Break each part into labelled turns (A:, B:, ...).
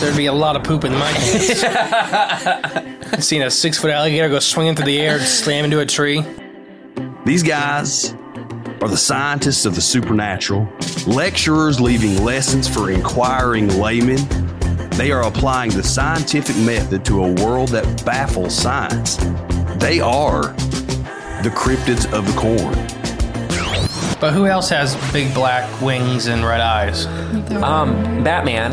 A: There'd be a lot of poop in my hands. I've seen a six foot alligator go swinging through the air and slam into a tree.
B: These guys are the scientists of the supernatural, lecturers leaving lessons for inquiring laymen. They are applying the scientific method to a world that baffles science. They are the cryptids of the corn.
A: But who else has big black wings and red eyes?
C: Um, Batman.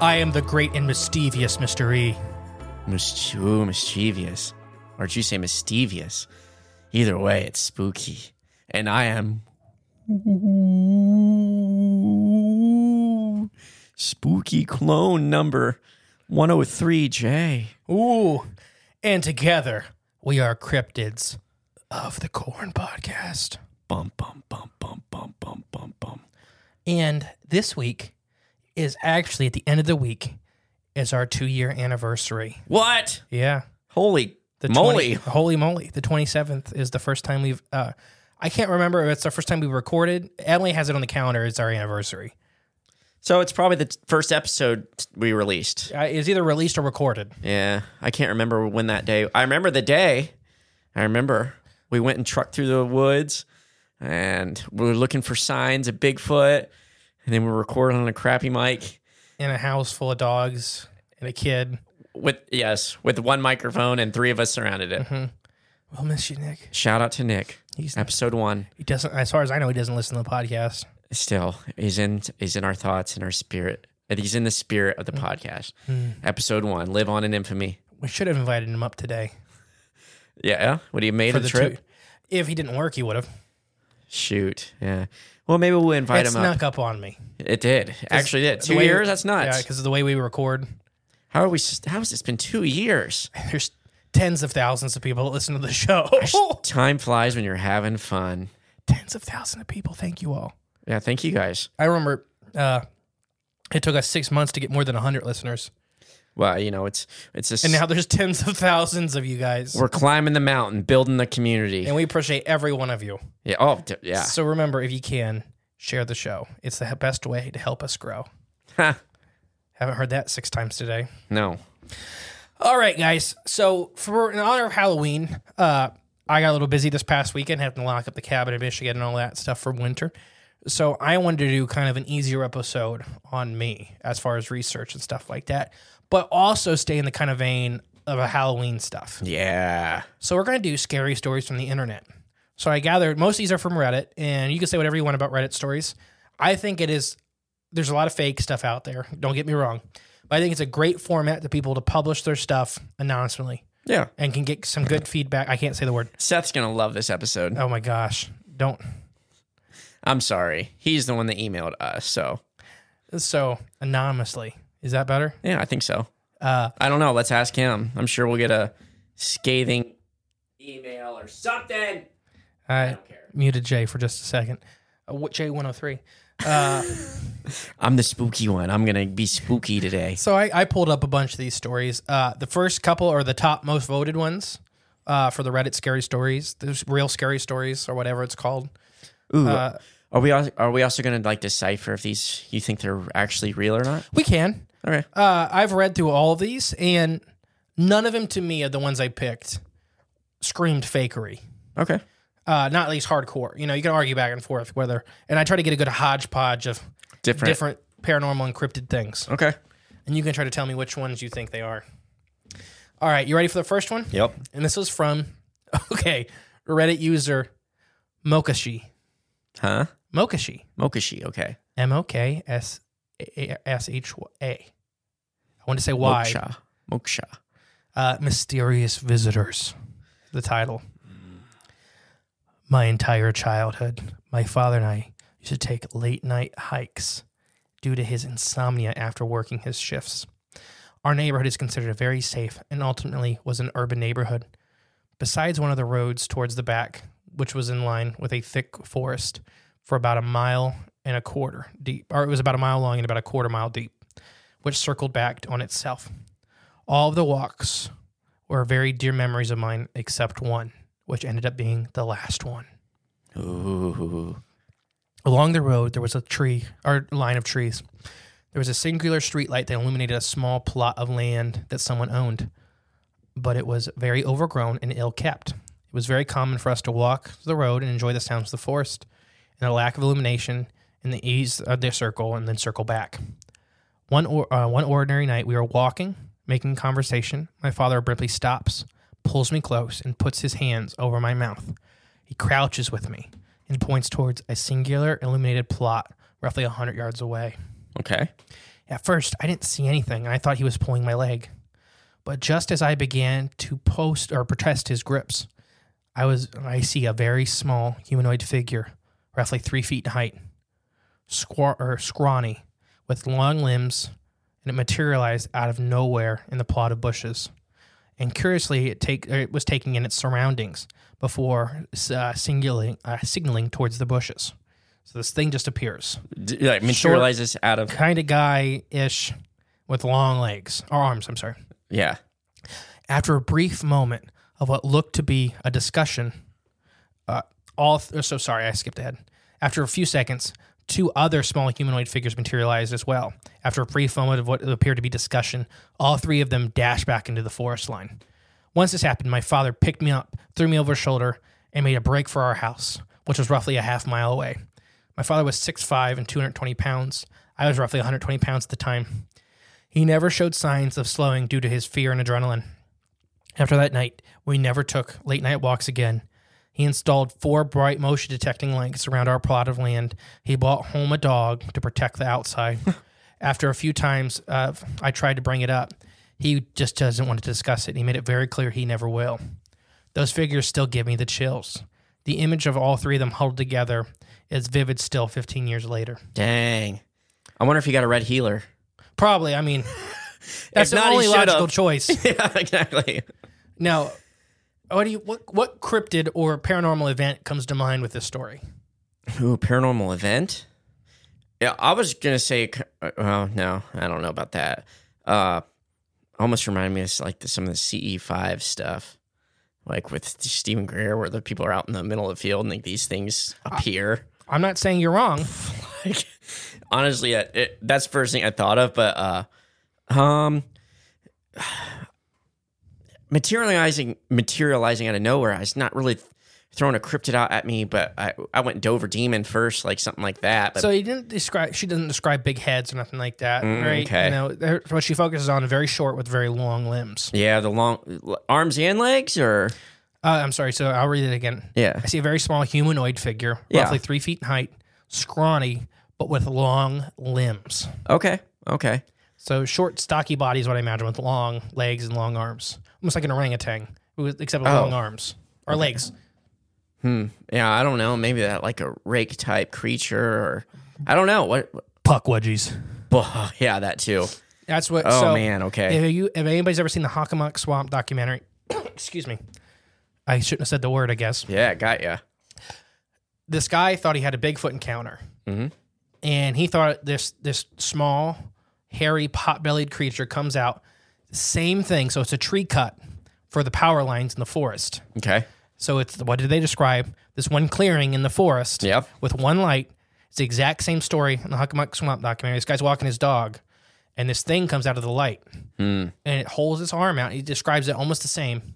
D: I am the great and mischievous Mr. E.
E: Mis- ooh, mischievous. Or did you say mischievous? Either way, it's spooky. And I am spooky clone number 103J.
D: Ooh. And together, we are cryptids of the Corn Podcast.
E: Bum, bum, bum, bum, bum, bum, bum, bum.
D: And this week is actually at the end of the week is our two year anniversary.
E: What?
D: Yeah.
E: Holy
D: The
E: moly.
D: 20 holy moly. The 27th is the first time we've, uh, I can't remember if it's the first time we've recorded. Emily has it on the calendar. It's our anniversary.
E: So it's probably the t- first episode we released.
D: Uh, it's either released or recorded.
E: Yeah, I can't remember when that day. I remember the day. I remember we went and trucked through the woods, and we were looking for signs of Bigfoot, and then we were recording on a crappy mic
D: in a house full of dogs and a kid.
E: with yes, with one microphone, and three of us surrounded it.
D: We'll miss you, Nick.
E: Shout out to Nick.
D: Mm-hmm. He's-
E: episode one.
D: He doesn't, as far as I know, he doesn't listen to the podcast.
E: Still, he's in he's in our thoughts and our spirit. He's in the spirit
D: Mm.
E: of the podcast. Episode one, live on in infamy.
D: We should have invited him up today
E: Yeah, would he have made
D: for
E: the,
D: the
E: trip?
D: two. If he didn't work, he would have.
E: Shoot, yeah. Well, maybe we'll invite
D: It
E: him up.
D: snuck up on me.
E: It did. Actually, did.
D: The
E: Two
D: way-
E: years? That's nuts.
D: Yeah, because of the way we record.
E: how are we? s- How has this been two years?
D: There's tens of thousands of people that listen to the show.
E: Time flies when you're having fun.
D: tens of thousands of people. Thank you all.
E: Yeah, thank you guys.
D: I remember uh, it took us six months to get more than 100 listeners.
E: Well, you know it's it's just
D: And now there's tens of thousands of you guys.
E: we're climbing the mountain, building the community.
D: and we appreciate every one of you.
E: yeah. Oh, d- yeah.
D: So remember, if you can, share the show. It's the best way to help us grow.
E: Ha,
D: Haven't heard that six times today.
E: no.
D: All right, guys. So for in honor of Halloween, uh, I got a little busy this past weekend, having to lock up the cabin in Michigan and all that stuff for winter. So I wanted to do kind of an easier episode on me as far as research and stuff like that, but also stay in the kind of vein of a Halloween stuff.
E: Yeah.
D: So we're gonna do scary stories from the internet. So I gathered most of these are from Reddit, and you can say whatever you want about Reddit stories. I think it is there's a lot of fake stuff out there. Don't get me wrong. But I think it's a great format to people to publish their stuff anonymously
E: Yeah.
D: and can get some good feedback. I can't say the word.
E: Seth's gonna love this episode.
D: Oh my gosh. Don't
E: I'm sorry. He's the one that emailed us. So
D: so anonymously. Is that better?
E: yeah, I think so.
D: Uh
E: I don't know. Let's ask him. I'm sure we'll get a scathing email or something.
D: I muted Jay for just a second. Uh, what Jay one oh three. Uh
E: I'm the spooky one. I'm gonna be spooky today.
D: So I, I pulled up a bunch of these stories. Uh, the first couple are the top most voted ones uh, for the Reddit scary stories, There's real scary stories or whatever it's called.
E: Ooh,
D: Uh,
E: Are we also, are we also going to like decipher if these you think they're actually real or not?
D: we can.
E: Okay.
D: Uh, I've read through all of these, and None of them to me of the ones I picked screamed fakery.
E: Okay.
D: Uh, not at least hardcore. You know, you can argue back and forth whether. And I try to get a good hodgepodge of
E: Different.
D: different paranormal encrypted things,
E: Okay.
D: and you can try to tell me which ones you think they are. All right, you ready for the first one?
E: Yep.
D: And this was from okay Reddit user Mokashi.
E: Huh?
D: Mokashi.
E: Mokashi. Okay.
D: M O K S S H A. I want to say why.
E: Moksha. Moksha.
D: Uh, Mysterious Visitors, the title. My entire childhood, my father and I used to take late night hikes due to his insomnia after working his shifts. Our neighborhood is considered very safe and ultimately was an urban neighborhood. Besides one of the roads towards the back, which was in line with a thick forest for about a mile and a quarter deep, or it was about a mile long and about a quarter mile deep, which circled back on itself. All of the walks were very dear memories of mine, except one, which ended up being the last one.
E: Ooh.
D: Along the road, there was a tree or line of trees. There was a singular streetlight that illuminated a small plot of land that someone owned, but it was very overgrown and ill kept. It was very common for us to walk the road and enjoy the sounds of the forest, and the lack of illumination, and the ease of their circle, and then circle back. One or, uh, one ordinary night, we were walking, making conversation. My father abruptly stops, pulls me close, and puts his hands over my mouth. He crouches with me and points towards a singular illuminated plot roughly 100 yards away.
E: Okay.
D: At first, I didn't see anything and I thought he was pulling my leg. But just as I began to post or protest his grips, I was I see a very small humanoid figure, roughly three feet in height, squar- or scrawny, with long limbs, and it materialized out of nowhere in the plot of bushes. And curiously, it take or it was taking in its surroundings before uh, signaling uh, signaling towards the bushes. So this thing just appears
E: D- like materializes out of.
D: kind of guy ish with long legs or arms, I'm sorry.
E: Yeah.
D: After a brief moment of what looked to be a discussion, uh, all th- so sorry, I skipped ahead. After a few seconds, two other small humanoid figures materialized as well. After a brief moment of what appeared to be discussion, all three of them dashed back into the forest line. Once this happened, my father picked me up, threw me over his shoulder, and made a break for our house, which was roughly a half mile away. My father was 6'5 and 220 pounds. I was roughly 120 pounds at the time. He never showed signs of slowing due to his fear and adrenaline. After that night, we never took late night walks again. He installed four bright motion detecting lights around our plot of land. He bought home a dog to protect the outside. After a few times uh, I tried to bring it up, he just doesn't want to discuss it. He made it very clear he never will. Those figures still give me the chills. The image of all three of them huddled together is vivid still 15 years later.
E: Dang. I wonder if he got a red healer.
D: Probably, I mean, that's
E: If
D: the
E: not, he
D: only
E: should've.
D: logical choice.
E: yeah, exactly.
D: Now, what do you what what cryptid or paranormal event comes to mind with this story?
E: Ooh, paranormal event. Yeah, I was gonna say. uh, Oh no, I don't know about that. Uh, almost reminded me of like the, some of the CE five stuff, like with Stephen Greer, where the people are out in the middle of the field and like these things appear.
D: I'm not saying you're wrong.
E: like, honestly, it, it, that's the first thing I thought of. But uh, um, materializing materializing out of nowhere, I was not really throwing a cryptid out at me, but I I went Dover Demon first, like something like that. But
D: So he didn't describe. She doesn't describe big heads or nothing like that,
E: Mm,
D: right?
E: okay.
D: You know, there- what she focuses on very short with very long limbs.
E: yeah, the long l- arms and legs, or
D: Uh, I'm sorry. So I'll read it again.
E: yeah,
D: I see a very small humanoid figure,
E: Yeah.
D: roughly three feet in height, scrawny but with long limbs.
E: okay, okay,
D: So short, stocky body is what I imagine with long legs and long arms, almost like an orangutan, with- except with
E: Oh.
D: long arms or legs.
E: hmm, yeah. I don't know, maybe that like a rake type creature, or I don't know what.
D: Puck wedgies.
E: Buh, yeah, that too.
D: That's what.
E: Oh
D: so
E: man, okay.
D: If you, if anybody's ever seen the Hockamock Swamp documentary, excuse me, I shouldn't have said the word. I guess
E: Yeah, got ya.
D: this guy thought he had a Bigfoot encounter,
E: Mhm.
D: and he thought this this small, hairy, pot-bellied creature comes out. Same thing. So it's a tree cut for the power lines in the forest.
E: Okay.
D: So it's what did they describe? This one clearing in the forest
E: Yep.
D: with one light. It's the exact same story in the Huckamuck Swamp documentary. This guy's walking his dog, and this thing comes out of the light and it holds its arm out. He describes it almost the same,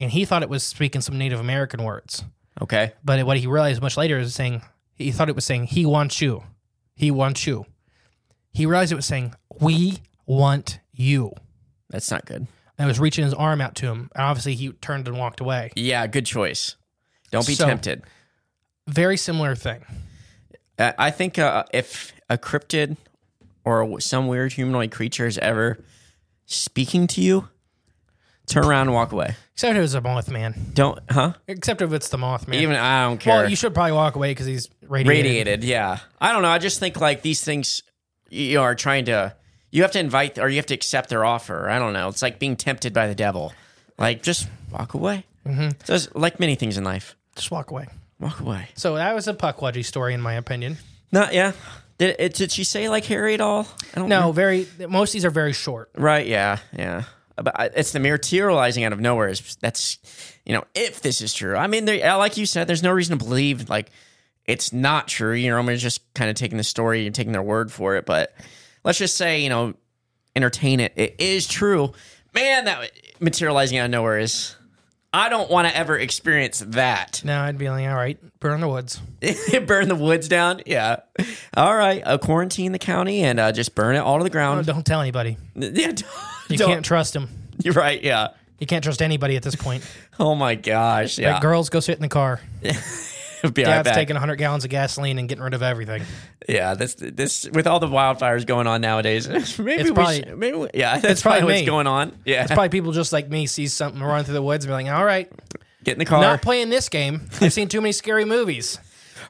D: and he thought it was speaking some Native American words.
E: Okay.
D: But what he realized much later is saying he thought it was saying he wants you, he wants you. He realized it was saying we want you.
E: That's not good.
D: And it was reaching his arm out to him, and obviously he turned and walked away.
E: Yeah, good choice. Don't be
D: So-
E: tempted.
D: Very similar thing.
E: I I think uh, if a cryptid or w- some weird humanoid creature is ever speaking to you, turn around and walk away.
D: Except if it's a Mothman.
E: Don't, huh?
D: Except if it's the Mothman.
E: Even I don't care.
D: well, you should probably walk away because he's radiated.
E: radiated. Yeah, I don't know. I just think like these things you are trying to. You have to invite or you have to accept their offer. I don't know. It's like being tempted by the devil. Like just walk away. Mm-hmm. So it's like many things in life,
D: Just walk away.
E: walk away.
D: So that was a Puckwudgie story, in my opinion.
E: Not yeah. Did, it, did she say like Harry at all? I don't
D: No, very. Most of these are very short.
E: Right. Yeah. Yeah. Uh, But I- it's the materializing out of nowhere. Is that's, you know, if this is true. I mean, there, uh, like you said, there's no reason to believe like it's not true. You know, I'm just kind of taking the story and taking their word for it. But let's just say, you know, entertain it. It is true. Man, that uh, materializing out of nowhere is. I don't want to ever experience that.
D: Now I'd be like, all right, burn the woods.
E: burn the woods down. Yeah. All right. Uh, quarantine the county and uh, just burn it all to the
D: Oh,
E: ground.
D: don't tell anybody.
E: Yeah. Don't,
D: You
E: don't-
D: can't trust him.
E: You're right. Yeah.
D: You can't trust anybody at this point.
E: Oh my gosh! Yeah,
D: Like, girls, go sit in the car.
E: Be right
D: Dad's
E: back.
D: taking 100 gallons of gasoline and getting rid of everything.
E: yeah, this this with all the wildfires going on nowadays. maybe
D: It's
E: we
D: probably-
E: should, maybe we, yeah, that's
D: probably
E: probably, what's
D: me.
E: going on. Yeah,
D: It's probably people just like me sees something running through the woods and be like, all right,
E: get in the car.
D: not playing this game. I've seen too many scary movies.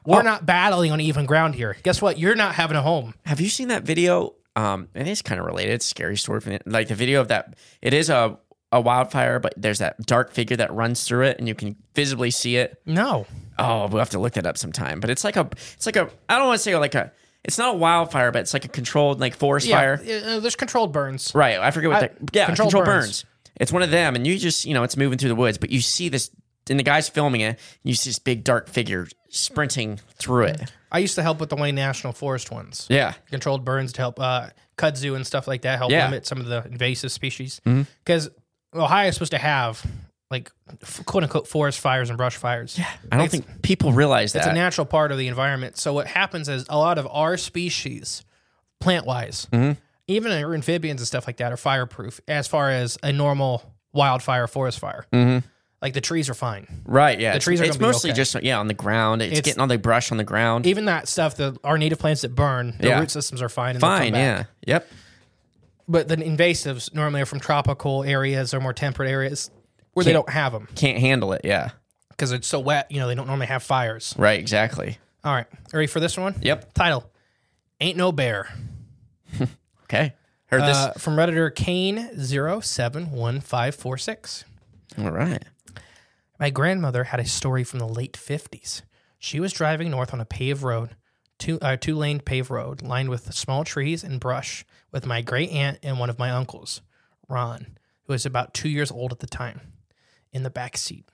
E: Oh.
D: We're not battling on even ground here. Guess what? You're not having a home.
E: Have you seen that video? Um, it is kind of related. It's a scary story. From the, like the video of that. It is a a wildfire, but there's that dark figure that runs through it, and you can visibly see it.
D: No.
E: Oh, we'll have to look that up sometime. But it's like a, it's like a. I don't want to say like a. It's not a wildfire, but it's like a controlled like forest fire.
D: Yeah, uh, there's controlled burns.
E: Right. I forget what
D: I-
E: that. Yeah,
D: Control
E: Control,
D: Burns.
E: burns. It's one of them, and you just you know it's moving through the woods, but you see this, and the guy's filming it. And you see this big dark figure sprinting through it.
D: I used to help with the Wayne National Forest ones.
E: Yeah.
D: Controlled burns to help uh, kudzu and stuff like that help
E: Yeah. Mm-hmm.
D: limit some of the invasive species. Because Ohio is supposed to have like f- quote unquote forest fires and brush fires. Yeah,
E: I don't think people realize
D: it's
E: that.
D: a natural part of the environment. So what happens is a lot of our species, plant wise,
E: Mm-hmm.
D: even our amphibians and stuff like that, are fireproof as far as a normal wildfire, forest fire.
E: Mm-hmm.
D: Like the trees are fine.
E: right. Yeah.
D: The
E: it's-
D: trees are
E: It's,
D: gonna be
E: mostly
D: okay.
E: just yeah on the ground. It's,
D: It's-
E: getting all the brush on the ground.
D: Even that stuff, the our native plants that burn, their
E: Yeah.
D: root systems are fine. And they'll come
E: Fine.
D: back.
E: Yeah. Yep.
D: but the invasives normally are from tropical areas or more temperate areas where they
E: Can't-
D: don't have them
E: Can't handle it. Yeah.
D: because it's so wet. You know, they don't normally have fires.
E: Right. Exactly.
D: All right, ready for this one?
E: Yep.
D: Title: Ain't no bear.
E: Okay. Heard
D: Uh, from redditor Kane 071546.
E: this. All right.
D: My grandmother had a story from the late 50s. She was driving north on a paved road, two uh, two lane paved road lined with small trees and brush, with my great aunt and one of my uncles, Ron, who was about two years old at the time, in the back seat.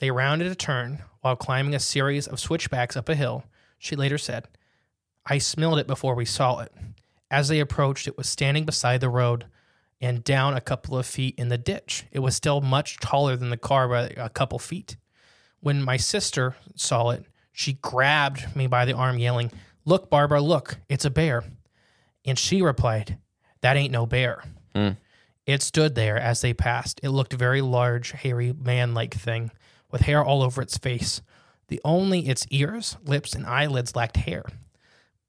D: They rounded a turn while climbing a series of switchbacks up a hill. She later said, I smelled it before we saw it. As they approached, it was standing beside the road and down a couple of feet in the ditch. It was still much taller than the car by a couple feet. When my sister saw it, she grabbed me by the arm, yelling, Look, Barbara, look, it's a bear. And she replied, That ain't no bear. It stood there as they passed. It looked very large, hairy, man like thing, with hair all over its face. The only its ears, lips, and eyelids lacked hair.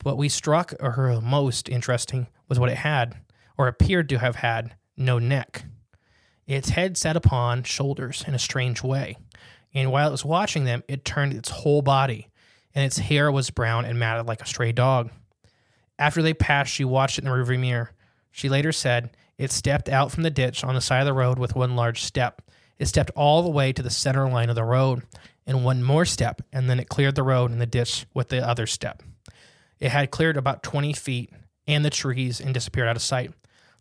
D: What we struck or her most interesting was what it had, or appeared to have had, no neck. Its head sat upon shoulders in a strange way, and while it was watching them, it turned its whole body, and its hair was brown and matted like a stray dog. After they passed, she watched it in the rearview mirror. She later said it stepped out from the ditch on the side of the road with one large step. It stepped all the way to the center line of the road and one more step, and then it cleared the road and the ditch with the other step. It had cleared about 20 feet and the trees and disappeared out of sight.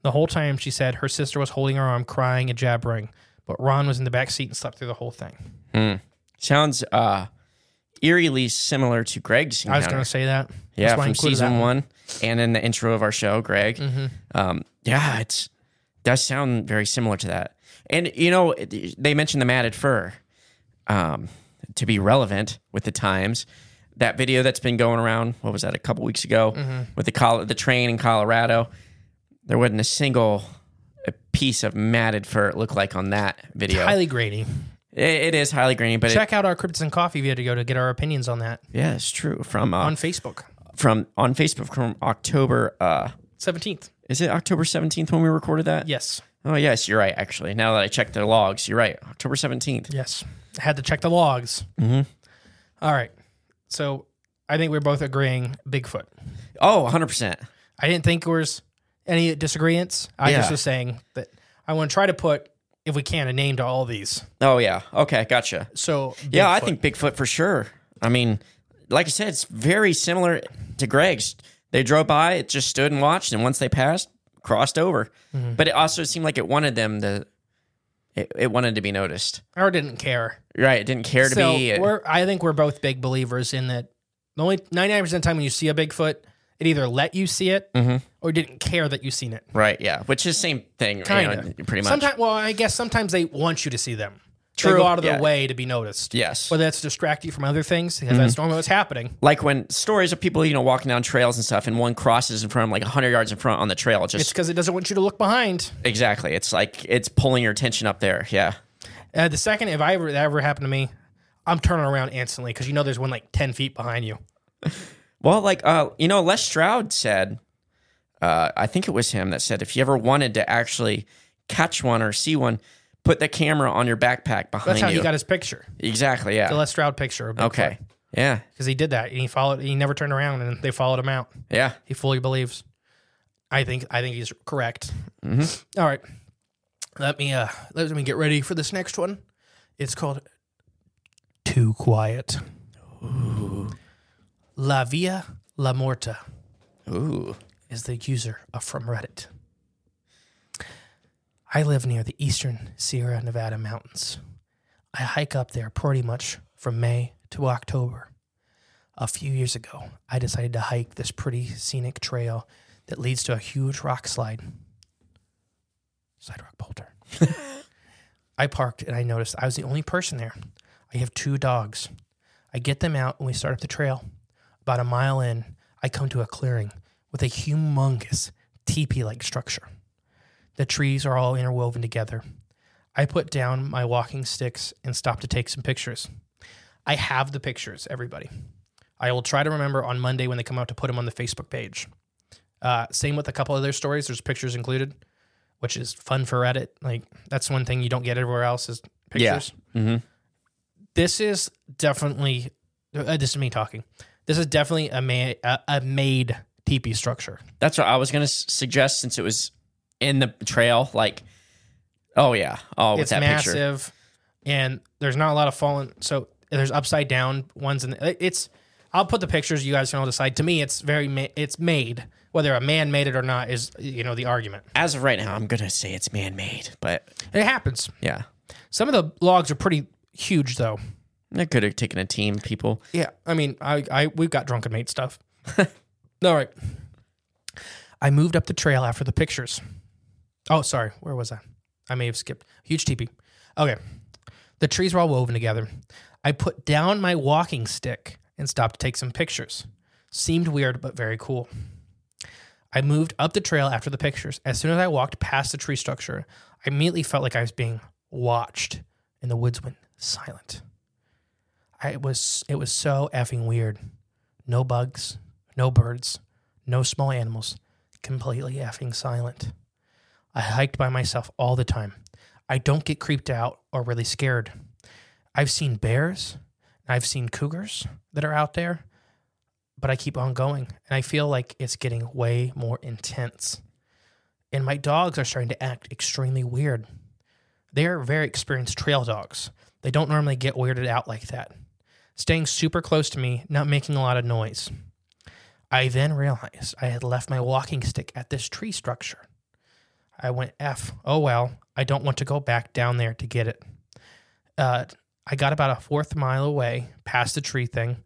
D: The whole time, she said her sister was holding her arm, crying and jabbering, but Ron was in the back seat and slept through the whole thing.
E: Sounds uh eerily similar to Greg's encounter.
D: I was going to say that.
E: yeah,
D: That's why I
E: from
D: included
E: season
D: that Mm-hmm.
E: one and in the intro of our show, Greg. Um, yeah, it's does sound very similar to that. And you know, it- they mentioned the matted fur um, to be relevant with the times. That video that's been going around, what was that, a couple weeks ago,
D: Mm-hmm.
E: with the col- the train in Colorado, there wasn't a single uh, piece of matted fur it looked like on that video.
D: Highly grating.
E: It- it is highly grainy, but it-
D: Check out our Crypts and Coffee video to get our opinions on that
E: yeah, it's true. From uh,
D: on Facebook.
E: from on Facebook from October. Uh,
D: 17th.
E: is it October seventeenth when we recorded that?
D: Yes.
E: Oh yes, you're right. Actually, now that I checked the logs, you're right. October seventeenth.
D: Yes. Had to check the logs.
E: Mm-hmm.
D: All right. So I think we're both agreeing Bigfoot.
E: Oh, 100 percent.
D: I didn't think there was any disagreements. I
E: Yeah.
D: just was saying that I want to try to put, if we can, a name to all these.
E: Oh yeah. Okay, gotcha.
D: So
E: Yeah, I
D: Bigfoot.
E: think Bigfoot for sure. I mean, like I said, it's very similar to Greg's. They drove by, it just stood and watched, and once they passed, crossed over.
D: Mm-hmm.
E: But it also seemed like it wanted them to. It, it wanted to be noticed.
D: or didn't care.
E: Right. It didn't care to
D: so
E: be. uh,
D: we're, I think we're both big believers in that. The only ninety nine percent of the time when you see a Bigfoot, it either let you see it
E: Mm-hmm.
D: or didn't care that you seen it.
E: Right. Yeah. Which is same thing.
D: Kind
E: Kind
D: of,
E: of. pretty much.
D: Sometimes, well, I guess sometimes they want you to see them.
E: True,
D: They go out of their
E: yeah.
D: way to be noticed.
E: Yes. Mm-hmm.
D: Whether that's to distract you from other things, because that's normally what's happening.
E: like when stories of people, you know, walking down trails and stuff, and one crosses in front, of 'em, like hundred yards in front on the trail. Just
D: It's because it doesn't want you to look behind.
E: exactly. It's like it's pulling your attention up there. Yeah.
D: Uh, the second, if I ever that ever happened to me, I'm turning around instantly because you know there's one like ten feet behind you.
E: Well, like uh, you know, Les Stroud said, uh, I think it was him that said, if you ever wanted to actually catch one or see one, put the camera on your backpack behind
D: That's how
E: you.
D: he got his picture,
E: exactly. Yeah.
D: the Les Stroud picture.
E: okay. Yeah.
D: Because he did that and he followed. He never turned around and they followed him out.
E: Yeah.
D: He fully believes. I think I think he's correct.
E: Mm-hmm.
D: All right, let me uh let me get ready for this next one. It's called Too Quiet. La Via La Morta
E: Ooh.
D: is the user of from Reddit. I live near the eastern Sierra Nevada mountains. I hike up there pretty much from May to October. A few years ago, I decided to hike this pretty scenic trail that leads to a huge rock slide. Slide rock boulder. I parked and I noticed I was the only person there. I have two dogs. I get them out and we start up the trail. About a mile in, I come to a clearing with a humongous teepee like structure. The trees are all interwoven together. I put down my walking sticks and stop to take some pictures. I have the pictures, everybody. I will try to remember on Monday when they come out to put them on the Facebook page. Uh, same with a couple other stories. There's pictures included, which is fun for Reddit. Like that's one thing you don't get everywhere else is pictures.
E: Mhm.
D: This is definitely uh, this is me talking. This is definitely a ma- a, a made teepee structure.
E: That's what I was gonna s- suggest since it was in the trail. Like, oh yeah. Oh, with
D: it's
E: that picture.
D: massive, and there's not a lot of fallen. So there's upside down ones, and it's. I'll put the pictures. You guys can all decide. To me, it's very. Ma- it's made. Whether a man made it or not is you know the argument.
E: as of right now, I'm gonna say it's man made, but
D: It happens.
E: yeah,
D: Some of the logs are pretty huge, though.
E: I could have taken a team. People,
D: Yeah, I mean, I, I we've got drunken mate stuff. All right. I moved up the trail after the pictures. Oh, sorry, where was I? I may have skipped. Huge teepee. Okay, the trees were all woven together. I put down my walking stick and stopped to take some pictures. Seemed weird, but very cool. I moved up the trail after the pictures. As soon as I walked past the tree structure, I immediately felt like I was being watched, and the woods went silent. I it was it was so effing weird. No bugs, no birds, no small animals. Completely effing silent. I hiked by myself all the time. I don't get creeped out or really scared. I've seen bears, and I've seen cougars that are out there, but I keep on going and I feel like it's getting way more intense. And my dogs are starting to act extremely weird. They are very experienced trail dogs. They don't normally get weirded out like that. Staying super close to me, not making a lot of noise. I then realized I had left my walking stick at this tree structure. I went F. Oh well, I don't want to go back down there to get it. Uh, I got about a fourth mile away past the tree thing.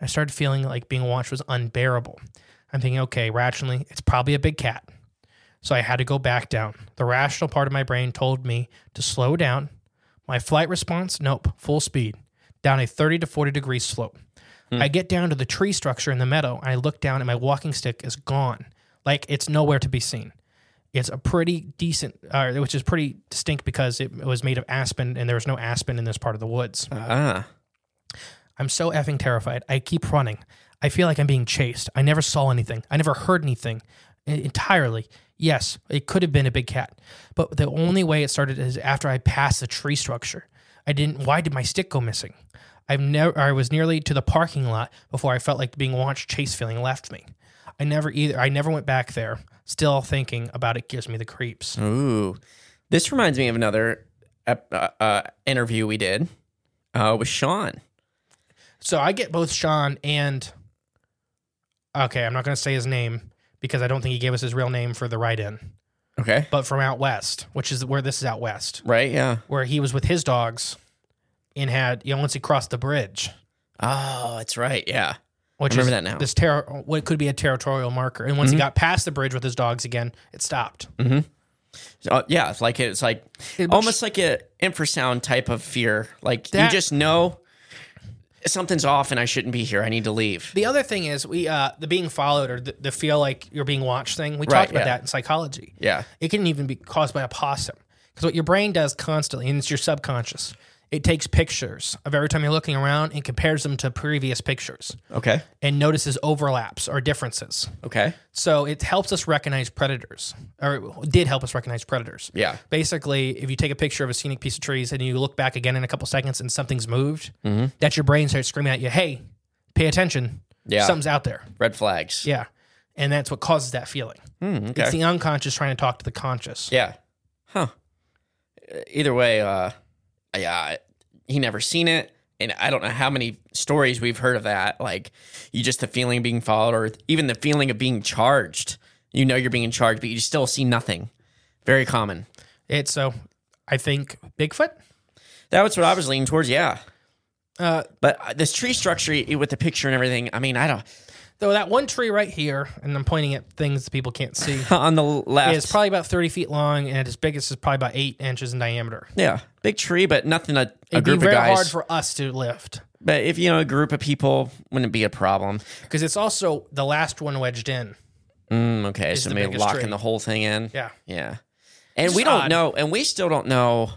D: I started feeling like being watched was unbearable. I'm thinking, okay, rationally, it's probably a big cat. So I had to go back down. The rational part of my brain told me to slow down. My flight response, nope, full speed, down a 30 to 40 degree slope. I get down to the tree structure in the meadow and I look down and my walking stick is gone. Like it's nowhere to be seen. It's a pretty decent, uh, which is pretty distinct because it was made of aspen and there was no aspen in this part of the woods.
E: Ah.
D: I'm so effing terrified. I keep running. I feel like I'm being chased. I never saw anything. I never heard anything E- entirely. Yes, it could have been a big cat, but the only way it started is after I passed the tree structure. I didn't. Why did my stick go missing? I've never. I was nearly to the parking lot before I felt like being watched. Chase feeling left me. I never either. I never went back there. Still thinking about it gives me the creeps.
E: Ooh, this reminds me of another ep- uh, uh, interview we did uh, with Sean.
D: So I get both Sean and okay, I'm not going to say his name because I don't think he gave us his real name for the write-in.
E: Okay,
D: But from out west, which is where this is out west,
E: right? Yeah.
D: where he was with his dogs and had you know once he crossed the bridge,
E: Oh, that's right. Yeah.
D: which
E: remember
D: is
E: that now. Mm-hmm.
D: this terror what could be a territorial marker. And once he got past the bridge with his dogs again, it stopped.
E: Uh, yeah, it's like it's like
D: It-
E: almost like a infrasound type of fear. Like
D: That-
E: you just know something's off and I shouldn't be here. I need to leave.
D: The other thing is we uh the being followed or the, the feel like you're being watched thing. We
E: Right,
D: talked about
E: yeah.
D: that in psychology.
E: Yeah.
D: It can even be caused by a possum. Because what your brain does constantly, and it's your subconscious, it takes pictures of every time you're looking around and compares them to previous pictures
E: Okay.
D: and notices overlaps or differences.
E: Okay.
D: So it helps us recognize predators, or it did help us recognize predators.
E: Yeah.
D: Basically, if you take a picture of a scenic piece of trees and you look back again in a couple seconds and something's moved,
E: Mm-hmm.
D: that's your brain starts screaming at you, hey, pay attention.
E: Yeah.
D: Something's out there.
E: Red flags.
D: Yeah. And that's what causes that feeling.
E: Mm,
D: It's
E: okay.
D: the unconscious trying to talk to the conscious.
E: yeah. Huh. Uh, Either way, uh, yeah, he never seen it. And I don't know how many stories we've heard of that. Like you just the feeling of being followed or even the feeling of being charged. You know you're being charged, but you still see nothing. Very common.
D: It's so, I think Bigfoot.
E: That was what I was leaning towards. Yeah.
D: Uh,
E: But uh, this tree structure i- with the picture and everything, I mean, I don't.
D: though that one tree right here, and I'm pointing at things that people can't see,
E: On the left.
D: is probably about 30 feet long and its biggest is probably about eight inches in diameter.
E: yeah. Big tree, but nothing a, a
D: It'd be
E: group
D: very
E: of guys.
D: hard for us to lift
E: but if, you know, a group of people, wouldn't be a problem.
D: because it's also the last one wedged in.
E: Mm, okay. So
D: the
E: maybe
D: biggest
E: locking
D: tree.
E: the whole thing in.
D: Yeah.
E: Yeah. And
D: It's
E: we don't
D: odd.
E: know, and we still don't know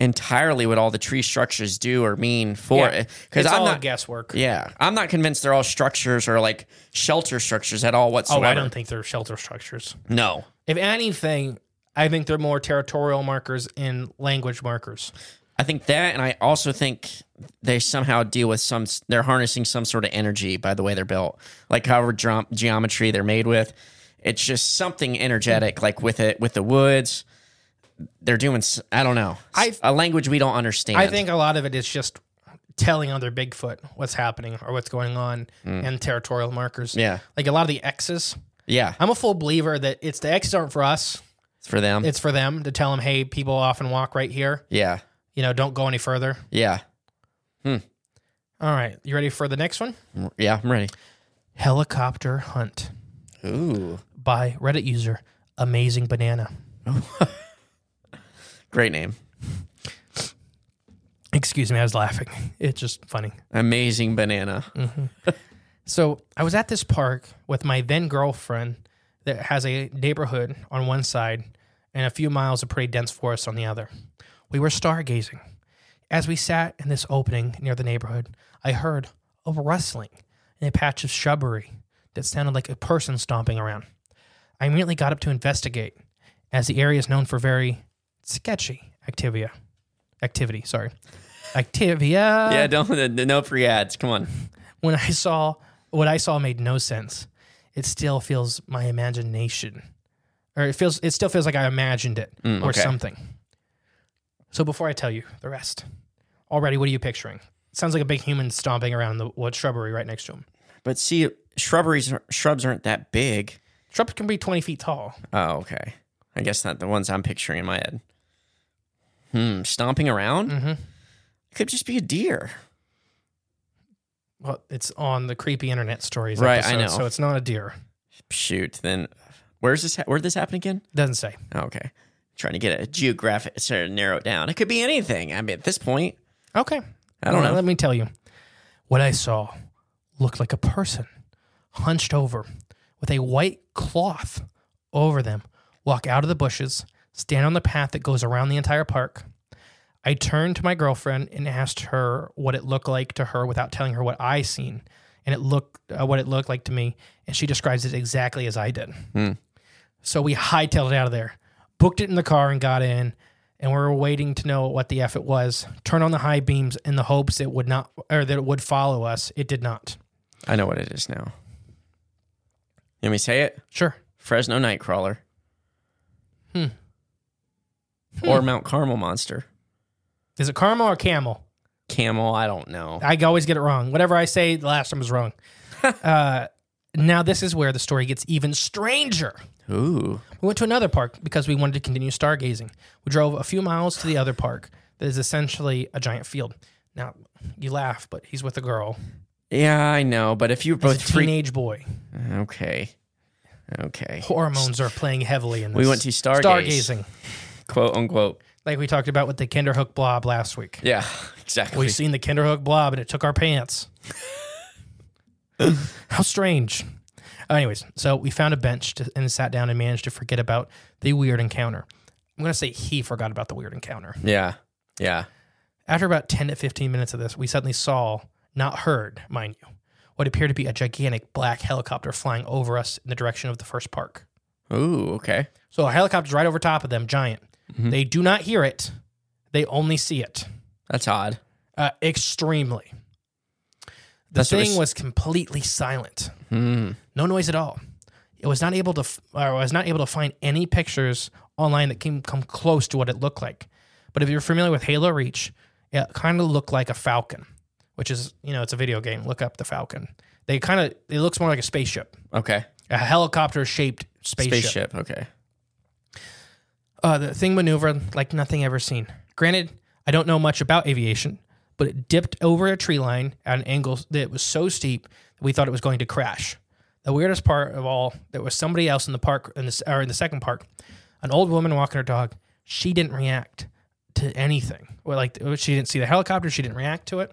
E: entirely what all the tree structures do or mean for
D: Yeah.
E: it.
D: It's
E: Because I'm
D: all
E: not.
D: guesswork.
E: yeah. I'm not convinced they're all structures or like shelter structures at all
D: oh,
E: whatsoever.
D: I don't think they're shelter structures.
E: No.
D: If anything, I think they're more territorial markers and language markers.
E: I think that, and I also think they somehow deal with some. They're harnessing some sort of energy by the way they're built, like however drum, geometry they're made with. It's just something energetic, like with it with the woods. They're doing. s- I don't know.
D: I-
E: a language we don't understand.
D: I think a lot of it is just telling other Bigfoot what's happening or what's going on and territorial markers.
E: Mm. Yeah.
D: Like a lot of the X's.
E: Yeah,
D: I'm a full believer that it's the X's aren't for us.
E: it's for them.
D: It's for them to tell them, hey, people often walk right here.
E: yeah,
D: You know, don't go any further.
E: yeah,
D: All right. You ready for the next one?
E: Mm, yeah. I'm ready.
D: Helicopter Hunt
E: Ooh,
D: by Reddit user Amazing Banana.
E: great name.
D: Excuse me, I was laughing. It's just funny.
E: Amazing banana.
D: Mm-hmm. So I was at this park with my then girlfriend that has a neighborhood on one side and a few miles of pretty dense forest on the other. We were stargazing. As we sat in this opening near the neighborhood, I heard a rustling in a patch of shrubbery that sounded like a person stomping around. I immediately got up to investigate, as the area is known for very sketchy activia. Activity, sorry. Activia
E: yeah, don't no free ads. Come on.
D: when I saw what I saw made no sense. It still feels my imagination, or it feels it still feels like I imagined it or
E: Mm, okay.
D: something. So before I tell you the rest, already, what are you picturing? sounds like a big human stomping around the wood shrubbery right next to him.
E: But see, shrubberies shrubs aren't that big.
D: Shrubs can be twenty feet tall.
E: Oh, okay. I guess not the ones I'm picturing in my head. Hmm, stomping around?
D: Mhm.
E: It could just be a deer.
D: Well, it's on the creepy internet stories.
E: Right, I
D: episode,
E: know.
D: So it's not a deer.
E: Shoot. Then where's this? Ha- where'd this happen again?
D: Doesn't say.
E: Oh, okay. Trying to get a geographic, sort of narrow it down. It could be anything. I mean, at this point,
D: Okay.
E: I don't
D: Well,
E: know.
D: Let me tell you. What I saw looked like a person hunched over with a white cloth over them walk out of the bushes, stand on the path that goes around the entire park. I turned to my girlfriend and asked her what it looked like to her without telling her what I seen and it looked uh, what it looked like to me and she describes it exactly as I did. So we hightailed it out of there, booked it in the car and got in and we were waiting to know what the F it was. Turn on the high beams in the hopes it would not or that it would follow us. It did not.
E: I know what it is now. Let me to say it.
D: Sure.
E: Fresno Nightcrawler. Hmm. Or Mount Carmel Monster.
D: Is it caramel or camel?
E: Camel, I don't know.
D: I always get it wrong. Whatever I say, the last time was wrong. uh, now this is where the story gets even stranger.
E: Ooh.
D: We went to another park because we wanted to continue stargazing. We drove a few miles to the other park that is essentially a giant field. Now you laugh, but he's with a girl,
E: Yeah, I know, but if you were
D: he's a
E: both freak-
D: teenage boy.
E: Okay. Okay.
D: Hormones are playing heavily in this.
E: We went to stargaze.
D: stargazing,
E: Quote unquote.
D: like we talked about with the Kinderhook blob last week.
E: Yeah, exactly.
D: We've seen the Kinderhook blob and it took our pants. How strange. Anyways, so we found a bench to, and sat down and managed to forget about the weird encounter. I'm going to say he forgot about the weird encounter.
E: Yeah. Yeah.
D: After about 10 to 15 minutes of this, we suddenly saw, not heard, mind you, what appeared to be a gigantic black helicopter flying over us in the direction of the first park.
E: Ooh, okay.
D: So a helicopter's right over top of them, giant.
E: Mm-hmm.
D: They do not hear it, they only see it.
E: That's odd.
D: Uh, extremely. The
E: That's what
D: thing
E: it's- Hmm.
D: was completely silent. No noise at all. It was not able to. F- or I was not able to find any pictures online that came come close to what it looked like. But if you're familiar with Halo Reach, it kind of looked like a Falcon, which is you know it's a video game. Look up the Falcon. They kind of it looks more like a spaceship,
E: Okay.
D: a helicopter shaped spaceship.
E: Spaceship. Okay.
D: Uh, the thing maneuvered like nothing ever seen. Granted, I don't know much about aviation, but it dipped over a tree line at an angle that was so steep that we thought it was going to crash. The weirdest part of all, there was somebody else in the park, in the, or in the second park, an old woman walking her dog. She didn't react to anything. Well, like oh, she didn't see the helicopter, she didn't react to it.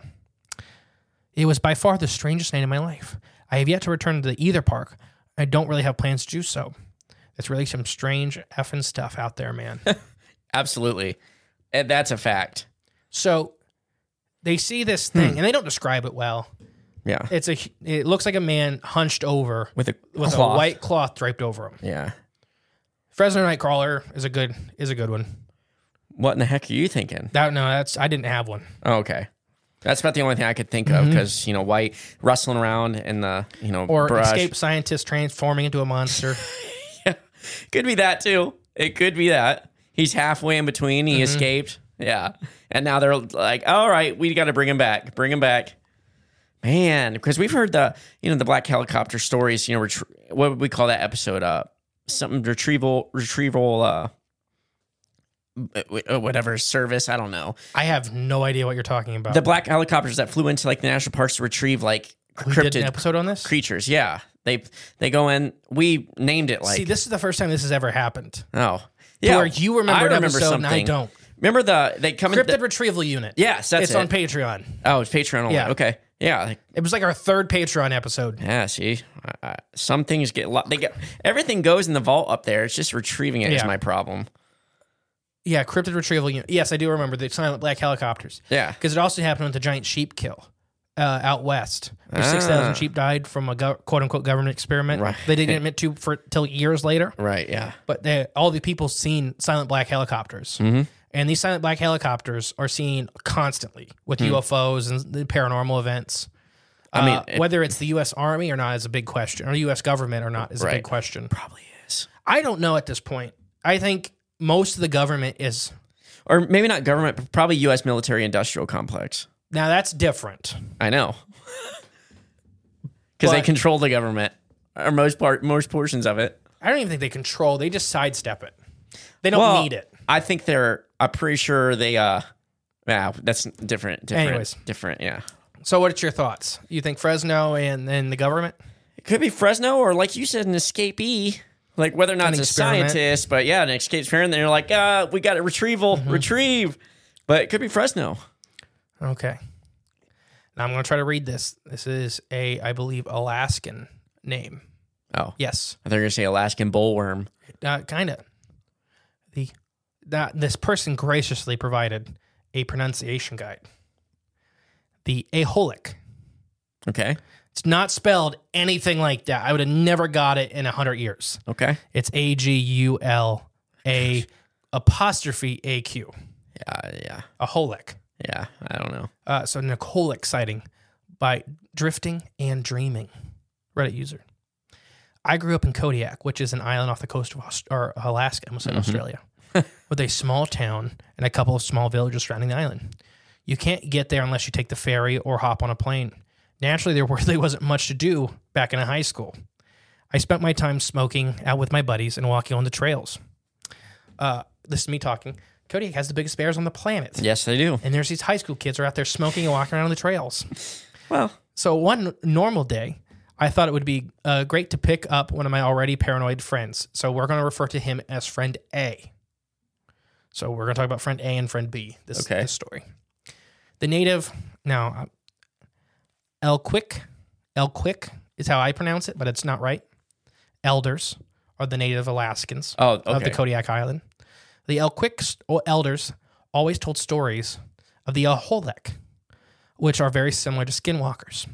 D: It was by far the strangest night of my life. I have yet to return to either park. I don't really have plans to do so. It's really some strange effing stuff out there, man.
E: Absolutely. And that's a fact.
D: so they see this
E: Hmm.
D: thing and they don't describe it well.
E: Yeah.
D: It's a it looks like a man hunched over
E: With a
D: with
E: cloth.
D: a white cloth draped over him.
E: Yeah.
D: Fresno Nightcrawler is a good is a good one.
E: What in the heck are you thinking?
D: That no, that's I didn't have one.
E: Oh, okay. That's about the only thing I could think of because, you know, white rustling around in the, you know,
D: Mm-hmm. Or
E: brush.
D: escape scientist transforming into a monster.
E: Could be that too. It could be that. He's halfway in between.
D: Mm-hmm.
E: He escaped. Yeah. And now they're like, all right, we got to bring him back. Bring him back. Man, because we've heard the, you know, the black helicopter stories, you know, retr- what would we call that episode? Uh, something retrieval, retrieval, uh, w- w- whatever service. I don't know.
D: I have no idea what you're talking about.
E: The black helicopters that flew into like the national parks to retrieve like
D: we
E: cryptid
D: did an episode on this.
E: creatures. Yeah. They, they go in, we named it like,
D: See, this is the first time this has ever happened.
E: oh,
D: Yeah,
E: yeah.
D: where you remember, an
E: I remember
D: episode and I
E: something.
D: don't.
E: Remember the they come in.
D: Cryptid
E: The,
D: retrieval unit.
E: yes, that's
D: it's
E: it.
D: on Patreon.
E: oh, it's Patreon. Only.
D: Yeah.
E: Okay. Yeah. like-
D: It was like our third Patreon episode.
E: yeah. See, I, I, some things get lo- they get everything goes in the vault up there. It's just retrieving it is
D: Yeah.
E: my problem.
D: Yeah, cryptid retrieval unit. Yes, I do remember the silent black helicopters.
E: Yeah.
D: because it also happened with the giant sheep kill uh, out west, where six thousand sheep died from a go- quote unquote government experiment.
E: Ah. Right.
D: They didn't admit to for till years later,
E: Right. Yeah.
D: but they, all the people seen silent black helicopters, mm-hmm. and these silent black helicopters are seen constantly with UFOs and the paranormal events. I
E: Hmm. mean,
D: mean,
E: it-
D: whether it's the U.S. Army or not is a big question, or U.S. government or not is a
E: Right.
D: big question.
E: Probably is.
D: I don't know at this point. I think most of the government is
E: Or maybe not government, but probably U.S. military industrial complex.
D: now that's different.
E: I know. Because they
D: But-
E: control the government, or most part, most portions of it.
D: I don't even think they control. They just sidestep it. They don't need it.
E: I think they're. I'm pretty sure they. uh Wow, that's different. Different.
D: Anyways.
E: Different. Yeah.
D: So, what's your thoughts? You think Fresno and then the government?
E: It could be Fresno or, like you said, an escapee. Like whether or not
D: An
E: it's a
D: experiment.
E: scientist, but yeah, an escape experiment. They're like, uh, we got a retrieval,
D: Mm-hmm.
E: retrieve. But it could be Fresno.
D: Okay. Now I'm going to try to read this. This is a, I believe, Alaskan name.
E: Oh,
D: Yes,
E: I thought you were gonna say Alaskan bullworm.
D: uh, kind of. The that this person graciously provided a pronunciation guide. The aholic.
E: Okay.
D: It's not spelled anything like that. I would have never got it in a hundred years.
E: Okay.
D: It's A G U L A apostrophe A Q.
E: Yeah. Yeah.
D: Aholic.
E: Yeah. I don't know.
D: Uh, so Nicole exciting by Drifting and Dreaming, Reddit user. I grew up in Kodiak, which is an island off the coast of Aust- or Alaska, I almost said Australia, with a small town and a couple of small villages surrounding the island. You can't get there unless you take the ferry or hop on a plane. Naturally, there really wasn't much to do back in high school. I spent my time smoking out with my buddies and walking on the trails. Uh, this is me talking. Kodiak has the biggest bears on the planet
E: Yes, they do.
D: and there's these high school kids are out there smoking and walking around on the trails.
E: Well,
D: So one normal day, I thought it would be uh, great to pick up one of my already paranoid friends. So we're going to refer to him as friend A. So we're going to talk about friend A and friend B. This
E: Okay.
D: this story. The native now, Elquick, Elquick is how I pronounce it, but it's not right. Elders are the native Alaskans
E: Oh,
D: of the
E: okay.
D: Kodiak Island. The Elquiks or elders always told stories of the Aholek, which are very similar to skinwalkers.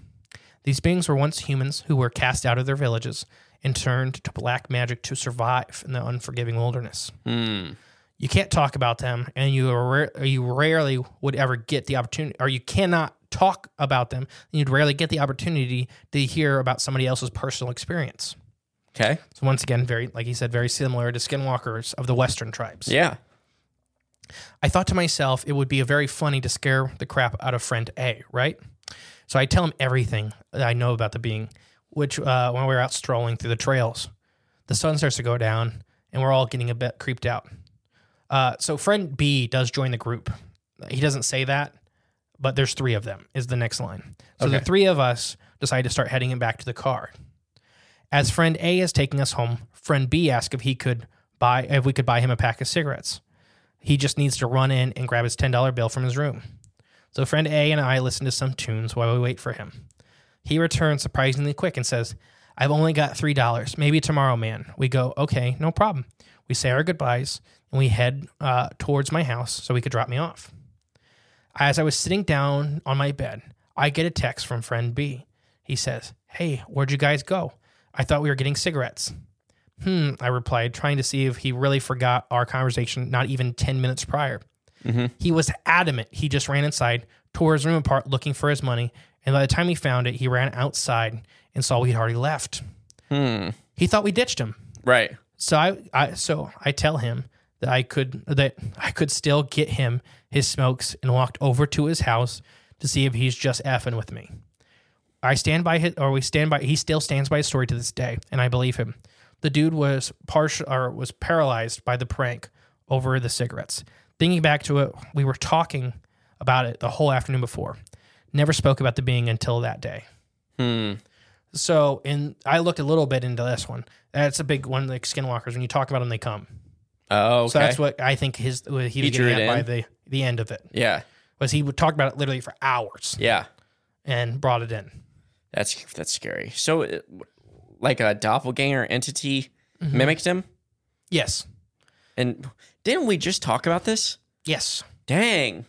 D: These beings were once humans who were cast out of their villages and turned to black magic to survive in the unforgiving wilderness. You can't talk about them, and you are rare, or you rarely would ever get the opportunity, or you cannot talk about them. And you'd rarely get the opportunity to hear about somebody else's personal experience.
E: Okay.
D: So once again, very like he said, very similar to skinwalkers of the Western tribes.
E: Yeah.
D: I thought to myself it would be very funny to scare the crap out of friend A, right? So I tell him everything that I know about the being, which uh, when we were out strolling through the trails, the sun starts to go down and we're all getting a bit creeped out. Uh, so friend B does join the group. He doesn't say that, but there's three of them, is the next line. So the three of us decide to start heading him back to the car. As friend A is taking us home, friend B asks if he could buy if we could buy him a pack of cigarettes. He just needs to run in and grab his $10 bill from his room. So friend A and I listen to some tunes while we wait for him. He returns surprisingly quick and says, I've only got $3. Maybe tomorrow, man. We go, okay, no problem. We say our goodbyes and we head uh, towards my house so he could drop me off. As I was sitting down on my bed, I get a text from friend B. He says, Hey, where'd you guys go? I thought we were getting cigarettes. Hmm, I replied, trying to see if he really forgot our conversation not even 10 minutes prior. He was adamant. He just ran inside, tore his room apart looking for his money, and by the time he found it, he ran outside and saw we'd already left. He thought we ditched him.
E: Right.
D: So I, I so I tell him that I could that I could still get him his smokes and walked over to his house to see if he's just effing with me. I stand by his or we stand by he still stands by his story to this day and I believe him. The dude was partial or was paralyzed by the prank over the cigarettes. Thinking back to it, we were talking about it the whole afternoon before. Never spoke about the being until that day. So, and I looked a little bit into this one. That's a big one, like skinwalkers. When you talk about them, they come.
E: Oh, okay.
D: So that's what I think his what he was
E: drew
D: getting
E: it
D: at by
E: in.
D: the the end of it
E: yeah.
D: was he would talk about it literally for hours
E: Yeah.
D: and brought it in.
E: That's that's scary. So, uh, like a doppelganger entity mimicked him,
D: Yes,
E: and didn't we just talk about this?
D: yes,
E: Dang,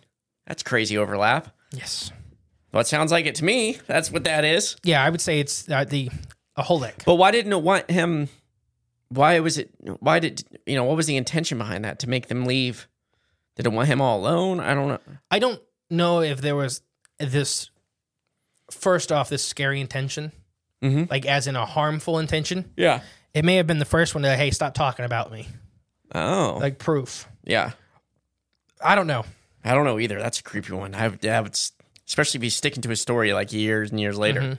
E: that's crazy overlap.
D: yes.
E: Well, it sounds like it to me. That's what that is.
D: Yeah, I would say it's uh, the a whole lick.
E: But why didn't it want him? Why was it? Why did you know? What was the intention behind that to make them leave? Did it want him all alone? I don't know.
D: I don't know if there was this. First off, this scary intention,
E: Mhm.
D: like as in a harmful intention.
E: Yeah.
D: It may have been the first one to hey, stop talking about me,
E: Oh.
D: like proof.
E: yeah.
D: I don't know.
E: I don't know either. That's a creepy one. I would, I would s- especially if he's sticking to his story like years and years later.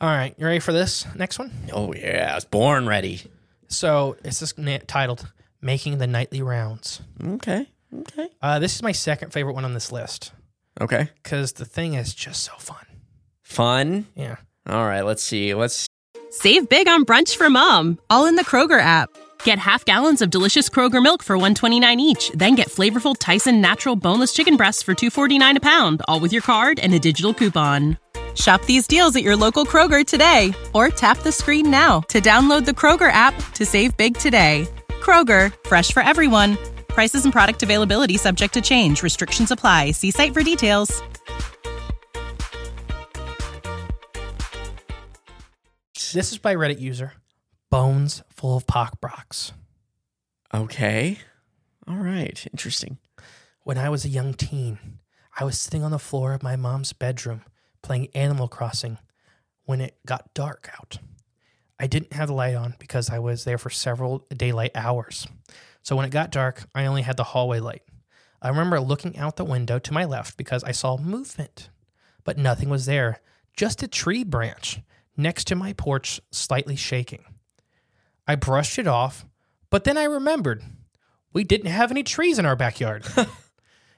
D: All right, you ready for this next one?
E: Oh yeah, I was born ready.
D: So it's just na- titled "Making the Nightly Rounds."
E: Okay. Okay.
D: Uh, this is my second favorite one on this list
E: Okay.
D: because the thing is just so fun.
E: Fun.
D: Yeah.
E: All right. Let's see. Let's.
F: Save big on brunch for mom, all in the Kroger app. Get half gallons of delicious Kroger milk for 129 each, then get flavorful Tyson natural boneless chicken breasts for 249 a pound, all with your card and a digital coupon. Shop these deals at your local Kroger today or tap the screen now to download the Kroger app to save big today. Kroger, fresh for everyone. Prices and product availability subject to change. Restrictions apply. See site for details.
D: This is by Reddit user Bones Full of Pock Brocks.
E: Okay. All right. Interesting.
D: When I was a young teen, I was sitting on the floor of my mom's bedroom playing Animal Crossing when it got dark out. I didn't have the light on because I was there for several daylight hours. So when it got dark, I only had the hallway light. I remember looking out the window to my left because I saw movement, but nothing was there, just a tree branch next to my porch slightly shaking. I brushed it off, but then I remembered we didn't have any trees in our backyard.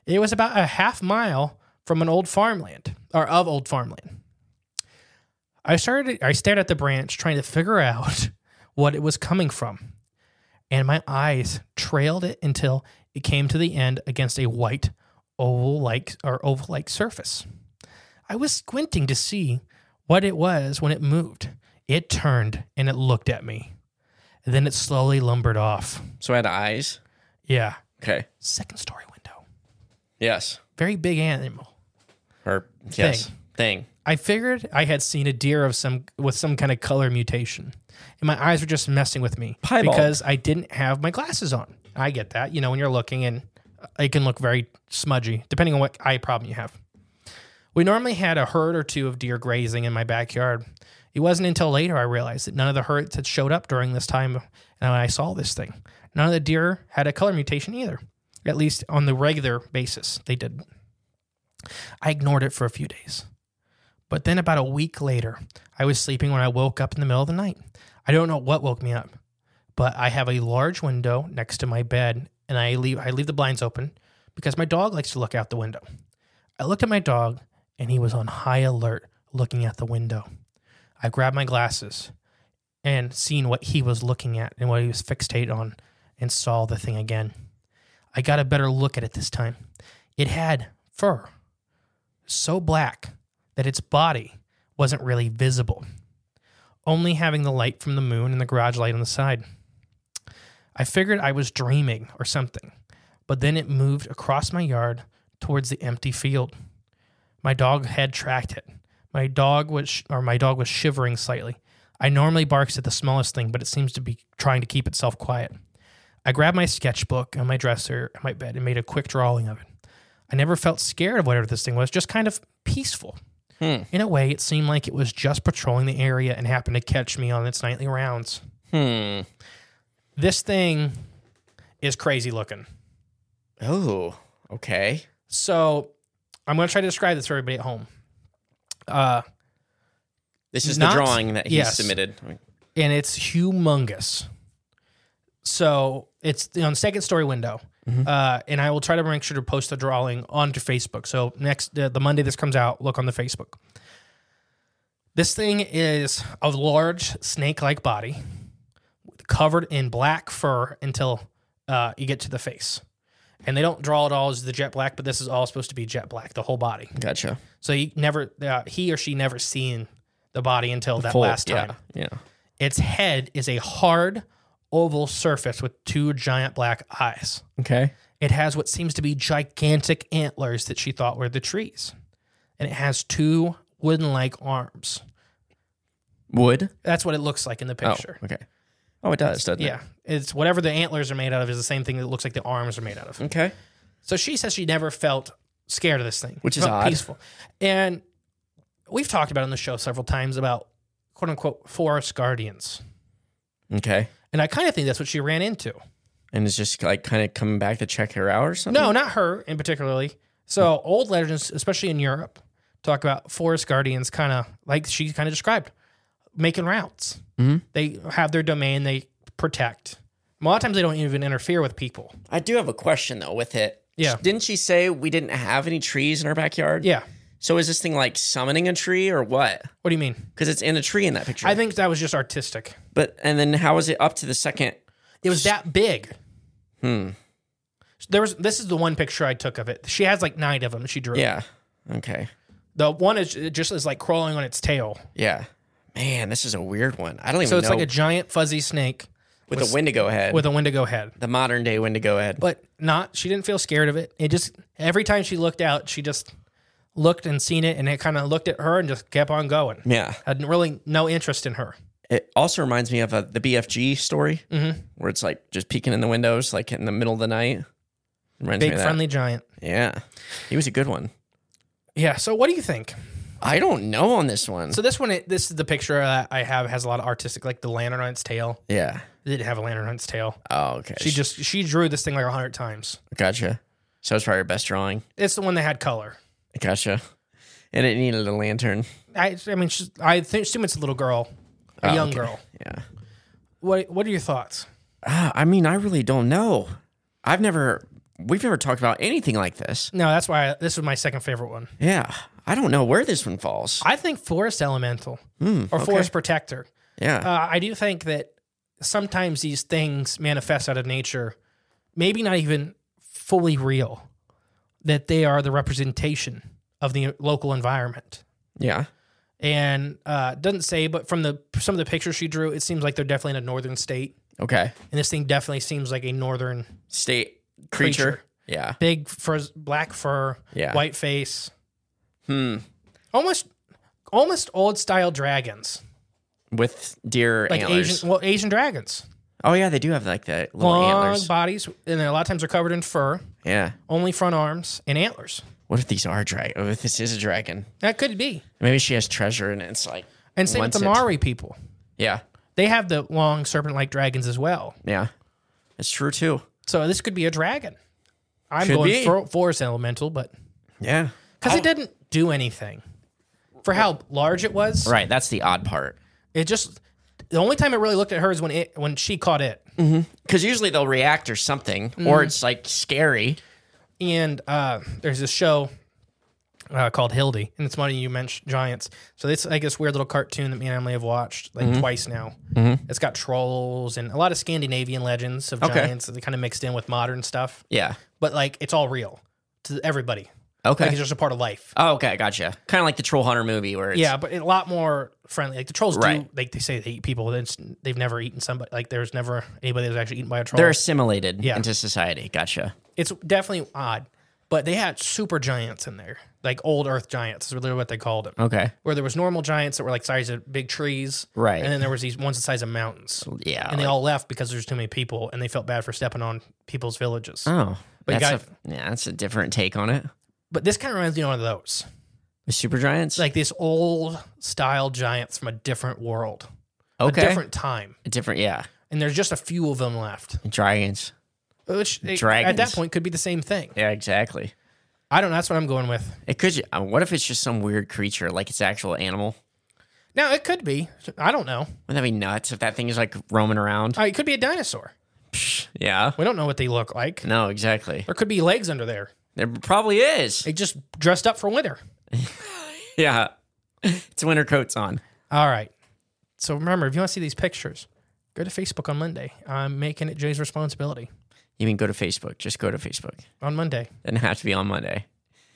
D: It was about a half mile from an old farmland or of old farmland. I started I stared at the branch trying to figure out what it was coming from. And my eyes trailed it until it came to the end against a white oval like or oval like surface. I was squinting to see what it was when it moved. It turned and it looked at me. And then it slowly lumbered off.
E: So I had eyes.
D: Yeah.
E: Okay.
D: Second story window.
E: Yes.
D: Very big animal.
E: Or yes. Thing.
D: I figured I had seen a deer of some with some kind of color mutation, and my eyes were just messing with me
E: Piebald.
D: because I didn't have my glasses on. I get that, you know, when you're looking and it can look very smudgy depending on what eye problem you have. We normally had a herd or two of deer grazing in my backyard. It wasn't until later I realized that none of the herds had showed up during this time, and when I saw this thing, none of the deer had a color mutation either. At least on the regular basis, they didn't. I ignored it for a few days. But then about a week later, I was sleeping when I woke up in the middle of the night. I don't know what woke me up, but I have a large window next to my bed and I leave I leave the blinds open because my dog likes to look out the window. I looked at my dog and he was on high alert looking out the window. I grabbed my glasses and seen what he was looking at and what he was fixated on and saw the thing again. I got a better look at it this time. It had fur so black that its body wasn't really visible, only having the light from the moon and the garage light on the side. I figured I was dreaming or something, but then it moved across my yard towards the empty field. My dog had tracked it. My dog was sh- or my dog was shivering slightly. I normally barks at the smallest thing, but it seems to be trying to keep itself quiet. I grabbed my sketchbook and my dresser and my bed and made a quick drawing of it. I never felt scared of whatever this thing was, just kind of peaceful. In a way, it seemed like it was just patrolling the area and happened to catch me on its nightly rounds.
E: Hmm.
D: This thing is crazy looking.
E: Oh. Okay.
D: So I'm going to try to describe this for everybody at home. Uh,
E: This is
D: Not-
E: the drawing that he
D: yes.
E: submitted.
D: and it's humongous. So it's on the second story window,
E: Mm-hmm.
D: uh, and I will try to make sure to post the drawing onto Facebook. So next uh, the Monday this comes out, look on the Facebook. This thing is a large snake-like body, covered in black fur until uh, you get to the face, and they don't draw it all as the jet black, but this is all supposed to be jet black, the whole body.
E: Gotcha.
D: So you never, uh, he or she never seen the body until that
E: Full-
D: last time.
E: Yeah. Yeah.
D: Its head is a hard oval surface with two giant black eyes.
E: Okay.
D: It has what seems to be gigantic antlers that she thought were the trees. And it has two wooden like arms.
E: Wood.
D: That's what it looks like in the picture.
E: Oh. Okay. Oh, it does, doesn't
D: Yeah. It's whatever the antlers are made out of is the same thing that looks like the arms are made out of.
E: it? Okay.
D: So she says she never felt scared of this thing,
E: Which is
D: Felt
E: odd.
D: peaceful. And we've talked about on the show several times about quote unquote forest guardians.
E: Okay.
D: And I kind of think that's what she ran into.
E: And it's just like kind of coming back to check her out or something.
D: No, not her in particularly. So old legends, especially in Europe, talk about forest guardians, kind of like she kind of described, making routes. They have their domain they protect. A lot of times they don't even interfere with people.
E: I do have a question though with it.
D: Yeah.
E: Didn't she say we didn't have any trees in our backyard?
D: Yeah.
E: So is this thing like summoning a tree or what?
D: What do you mean?
E: Because it's in a tree in that picture.
D: I think that was just artistic.
E: But and then how is it up to the second?
D: It was that big. There was. This is the one picture I took of it. She has like nine of them. She drew.
E: Yeah. Okay.
D: The one is it just is like crawling on its tail.
E: Yeah. Man, this is a weird one. I don't even
D: So it's
E: know.
D: like a giant fuzzy snake
E: with, a Wendigo head.
D: with a Wendigo head.
E: the modern day Wendigo head.
D: But not. She didn't feel scared of it. It just every time she looked out, she just looked and seen it, and it kind of looked at her and just kept on going.
E: yeah.
D: Had really no interest in her.
E: It also reminds me of uh the BFG story
D: Mm-hmm.
E: where it's like just peeking in the windows, like in the middle of the night. Reminds me
D: Big
E: of that.
D: friendly giant.
E: Yeah. He was a good one.
D: Yeah. So what do you think?
E: I don't know on this one.
D: So this one, it- this is the picture that I have has a lot of artistic, like the lantern on its tail.
E: yeah.
D: It didn't have a lantern on its tail.
E: Oh, okay.
D: She just she drew this thing like a hundred times.
E: gotcha. So it's probably her best drawing.
D: It's the one that had color.
E: Gotcha. And it needed a lantern.
D: I I mean she's, I think, assume it's a little girl, a young girl.
E: Oh, Yeah.
D: What what are your thoughts?
E: Ah, I mean, I really don't know. I've never, we've never talked about anything like this.
D: No, that's why I, this was my second favorite one.
E: Yeah. I don't know where this one falls.
D: I think forest elemental
E: Hmm,
D: or forest protector.
E: Yeah.
D: Uh, I do think that sometimes these things manifest out of nature, maybe not even fully real, that they are the representation of the local environment.
E: yeah.
D: And uh, doesn't say, but from the some of the pictures she drew, it seems like they're definitely in a northern state.
E: Okay.
D: And this thing definitely seems like a northern
E: State creature.
D: Creature.
E: Yeah.
D: big frizz, black fur,
E: Yeah.
D: white face,
E: Hmm.
D: almost almost old style dragons,
E: With deer
D: like
E: antlers.
D: Asian well Asian dragons,
E: oh, yeah. They do have like that little
D: long
E: antlers.
D: bodies, and a lot of times they're covered in fur,
E: yeah.
D: only front arms and antlers.
E: What if these are dragon? What if this is a dragon?
D: That could be.
E: Maybe she has treasure and it's like.
D: And same with
E: wants
D: the
E: it.
D: Maori people.
E: Yeah.
D: They have the long serpent like dragons as well.
E: Yeah. It's true too.
D: So this could be a dragon. I'm
E: Could
D: going
E: be.
D: for forest elemental, but
E: Yeah.
D: because it didn't do anything for how large it was.
E: Right. That's the odd part.
D: It just the only time it really looked at her is when it when she caught it.
E: Because usually they'll react or something,
D: Mm-hmm.
E: or it's like scary.
D: and uh, there's this show uh, called Hildy, and it's funny you mentioned giants. So it's like this weird little cartoon that me and Emily have watched like
E: Mm-hmm.
D: twice now. It's got trolls and a lot of Scandinavian legends of giants that kind of mixed in with modern stuff,
E: Yeah.
D: but like it's all real to everybody.
E: Okay.
D: Like it's just a part of life.
E: oh, okay. Gotcha. Kind of like the Troll Hunter movie where it's.
D: yeah, but a lot more friendly. Like the trolls do,
E: Right.
D: like they say they eat people. but It's, they've never eaten somebody. Like there's never anybody that was actually eaten by a troll.
E: They're assimilated
D: Yeah.
E: into society. Gotcha.
D: it's definitely odd, but they had super giants in there, like old Earth giants is really what they called them.
E: Okay.
D: Where there was normal giants that were like size of big trees,
E: Right. Oh,
D: And then there was these ones the size of mountains,
E: Yeah.
D: and they
E: like-
D: all left because there's too many people, and they felt bad for stepping on people's villages.
E: Oh.
D: But you
E: that's a, yeah, that's a different take on it.
D: But this kind of reminds me of one of those,
E: The super giants.
D: like these old style giants from a different world,
E: okay.
D: a different time,
E: Different- Yeah.
D: and there's just a few of them left,
E: Dragons.
D: which it- at that
E: Dragons.
D: point could be the same thing.
E: Yeah. Exactly.
D: I don't know. That's what I'm going with.
E: It could. uh, What if it's just some weird creature, like it's actual animal?
D: Now it could be. I don't know.
E: Wouldn't that be nuts if that thing is like roaming around?
D: Uh, It could be a dinosaur.
E: Yeah.
D: We don't know what they look like.
E: No, exactly.
D: There could be legs under there.
E: There probably is.
D: They just dressed up for winter.
E: Yeah. It's winter coats on.
D: All right. So remember, if you want to see these pictures, go to Facebook on Monday. I'm making it Jay's responsibility
E: You mean go to Facebook? Just go to Facebook.
D: on Monday.
E: Doesn't have to be on Monday.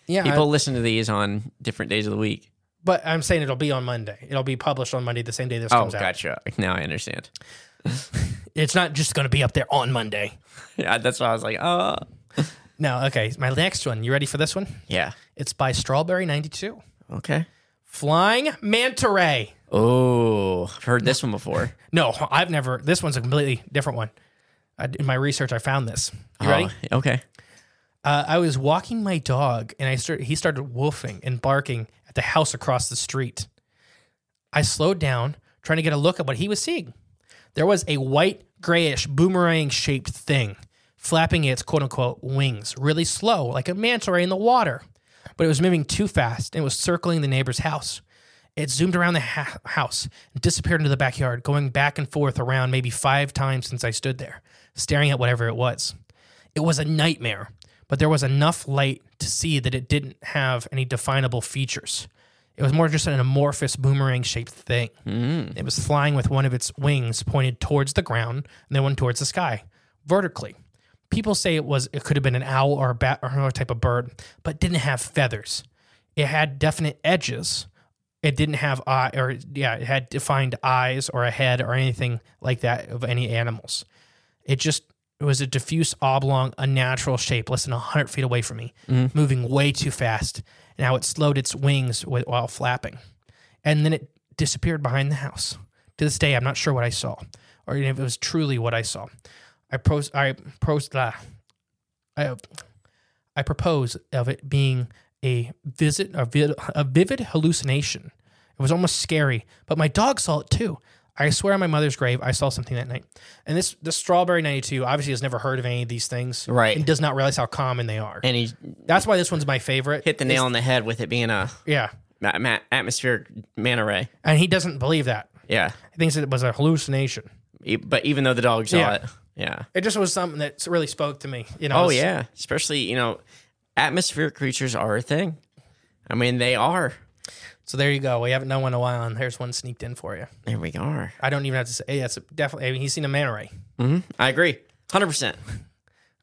D: Yeah. I-
E: People listen to these on different days of the week.
D: but I'm saying it'll be on Monday. It'll be published on Monday, the same day this
E: Oh,
D: comes out.
E: gotcha. Now I understand.
D: It's not just going to be up there on Monday.
E: Yeah, that's why I was like, oh.
D: No, okay. My next one. You ready for this one?
E: Yeah.
D: It's by Strawberry92.
E: Okay.
D: Flying Manta Ray.
E: Oh, I've heard this one before.
D: No, I've never. This one's a completely different one. I, in my research, I found this. You ready?
E: Oh, okay.
D: uh, I was walking my dog and I start, he started wolfing and barking at the house across the street. I slowed down, trying to get a look at what he was seeing. There was a white, grayish, boomerang shaped thing flapping its quote unquote wings really slow, like a manta ray in the water. But it was moving too fast and it was circling the neighbor's house. It zoomed around the ha- house and disappeared into the backyard, going back and forth around maybe five times since I stood there, staring at whatever it was. It was a nightmare, but there was enough light to see that it didn't have any definable features. It was more just an amorphous boomerang shaped thing. It was flying with one of its wings pointed towards the ground and then one towards the sky, vertically. People say it was it could have been an owl or a bat or another type of bird, but it didn't have feathers. It had definite edges. It didn't have eye or yeah, it had defined eyes or a head or anything like that of any animals. It just it was a diffuse oblong, unnatural shape, less than hundred feet away from me, moving way too fast. Now it slowed its wings wi- while flapping, and then it disappeared behind the house. To this day, I'm not sure what I saw, or if it was truly what I saw. I pros I pros blah. I I propose of it being a visit a, vid, a vivid hallucination. It was almost scary, but my dog saw it too. I swear on my mother's grave, I saw something that night. And this the strawberry ninety two obviously has never heard of any of these things,
E: Right.
D: And does not realize how common they are.
E: And he
D: That's why this one's my favorite.
E: hit the nail on the head with it being a
D: yeah,
E: ma- ma- atmospheric manta ray.
D: and he doesn't believe that.
E: Yeah.
D: He thinks it was a hallucination.
E: E- But even though the dog saw
D: Yeah.
E: it. Yeah.
D: It just was something that really spoke to me. You know.
E: Oh,
D: it's-
E: yeah. Especially, you know, atmospheric creatures are a thing. I mean, they are.
D: So there you go. We haven't known one in a while, and here's one sneaked in for you.
E: There we are.
D: I don't even have to say. Yeah, it's definitely. I mean, he's seen a manta ray.
E: I agree. 100%.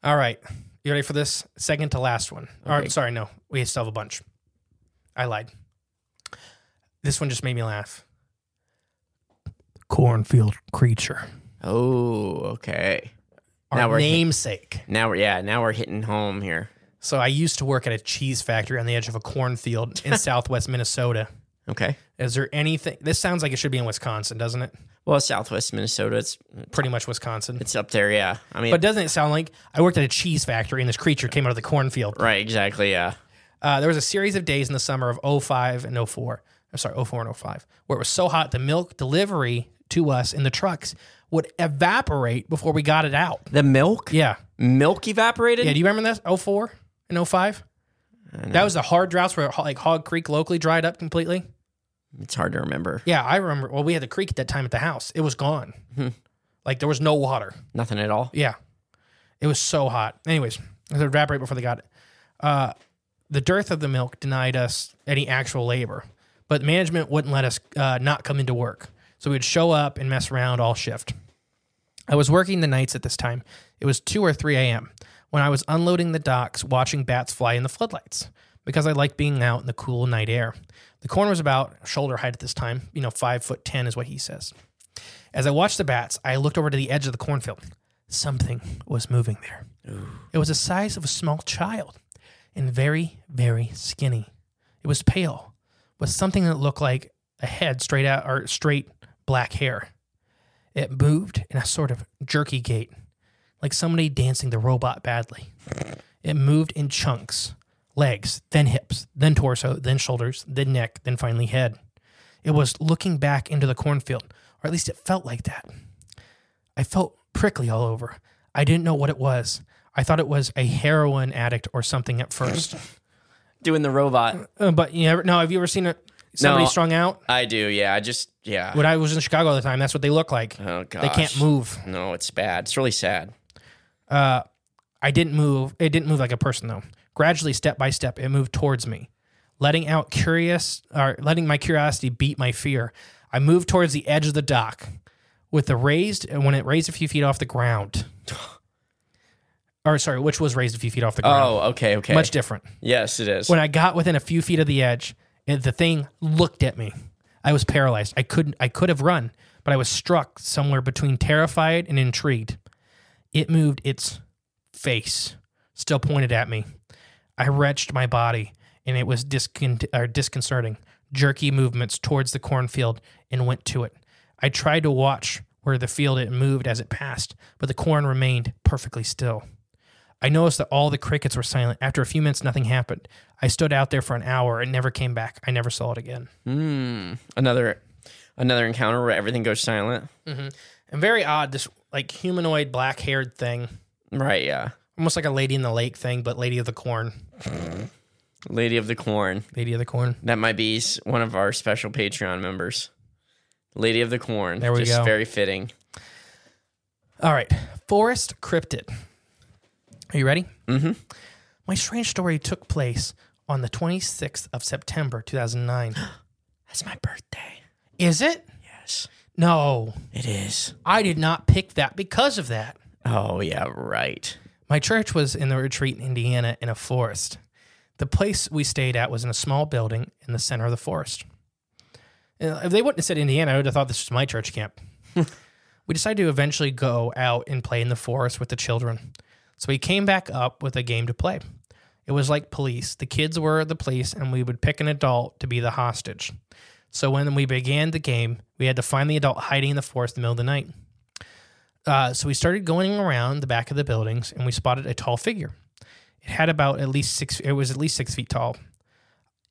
D: All right. You ready for this? Second to last one. All right. Sorry, no. We still have a bunch. I lied. This one just made me laugh. Cornfield creature.
E: Oh, okay.
D: Our
E: Now we're-
D: namesake.
E: Now we're, yeah, now we're hitting home here.
D: So I used to work at a cheese factory on the edge of a cornfield in southwest Minnesota.
E: Okay.
D: Is there anything? This sounds like it should be in Wisconsin, doesn't it?
E: Well, Southwest Minnesota, it's
D: Pretty much Wisconsin.
E: it's up there. Yeah. I mean,
D: But doesn't it sound like I worked at a cheese factory and this creature came out of the cornfield?
E: right. Exactly. Yeah.
D: Uh, there was a series of days in the summer of 05 and 04. I'm sorry, 04 and 05, where it was so hot the milk delivery to us in the trucks would evaporate before we got it out.
E: The milk?
D: Yeah.
E: Milk evaporated?
D: Yeah. Do you remember this? 04 and 05? That was the hard droughts where like Hog Creek locally dried up completely.
E: It's hard to remember.
D: Yeah, I remember. Well, we had the creek at that time at the house. It was gone. Like there was no water.
E: Nothing at all.
D: Yeah. It was so hot. Anyways, it would evaporate before they got it. Uh, the dearth of the milk denied us any actual labor, but management wouldn't let us uh, not come into work. So we'd show up and mess around all shift. I was working the nights at this time. It was 2 or 3 a.m. when I was unloading the docks, watching bats fly in the floodlights because I liked being out in the cool night air. The corn was about shoulder height at this time, you know, 5 foot 10 is what he says. As I watched the bats, I looked over to the edge of the cornfield. Something was moving there. It was the size of a small child and very, very skinny. It was pale, with something that looked like a head straight out or straight black hair. It moved in a sort of jerky gait, like somebody dancing the robot badly. It moved in chunks legs, then hips, then torso, then shoulders, then neck, then finally head. It was looking back into the cornfield, or at least it felt like that. I felt prickly all over. I didn't know what it was. I thought it was a heroin addict or something at first.
E: Doing the robot.
D: Uh, but you never, no, have you ever seen a, somebody
E: No.
D: strung out?
E: I do. Yeah. I just, yeah.
D: When I was in Chicago all the time, that's what they look like.
E: Oh, gosh.
D: They can't move.
E: No, it's bad. It's really sad.
D: I didn't move. It didn't move like a person though. Gradually, step by step, it moved towards me, letting out curious or letting my curiosity beat my fear. I moved towards the edge of the dock, with the raised and when it raised a few feet off the ground, or sorry, which was raised a few feet off the ground.
E: Oh, okay. Okay.
D: much different.
E: Yes, it is.
D: When I got within a few feet of the edge, and the thing looked at me. I was paralyzed. I couldn't I could have run, but I was struck somewhere between terrified and intrigued. It moved its face, still pointed at me. I wrenched my body, and it was discon- or disconcerting. Jerky movements towards the cornfield and went to it. I tried to watch where the field it moved as it passed, but the corn remained perfectly still. I noticed that all the crickets were silent. After a few minutes, nothing happened. I stood out there for an hour and never came back. I never saw it again.
E: another another encounter where everything goes silent.
D: And very odd, this like humanoid black haired thing,
E: Right, yeah.
D: almost like a lady in the lake thing, but lady of the corn.
E: Lady of the Corn.
D: Lady of the corn.
E: That might be s- one of our special Patreon members. Lady of the Corn.
D: There we
E: Just
D: go.
E: very fitting.
D: All right, forest cryptid. Are you ready? Mm hmm. My strange story took place on the 26th of September 2009.
E: That's my birthday.
D: Is it?
E: Yes,
D: No,
E: it is.
D: I did not pick that because of that.
E: Oh yeah, right.
D: My church was in the retreat in Indiana in a forest. The place we stayed at was in a small building in the center of the forest. Uh, If they wouldn't have said Indiana, I would have thought this was my church camp. we decided to eventually go out and play in the forest with the children. So we came back up with a game to play. It was like police. The kids were the police, and we would pick an adult to be the hostage. So when we began the game, we had to find the adult hiding in the forest in the middle of the night. Uh, so we started going around the back of the buildings and we spotted a tall figure. It had about at least six, it was at least six feet tall.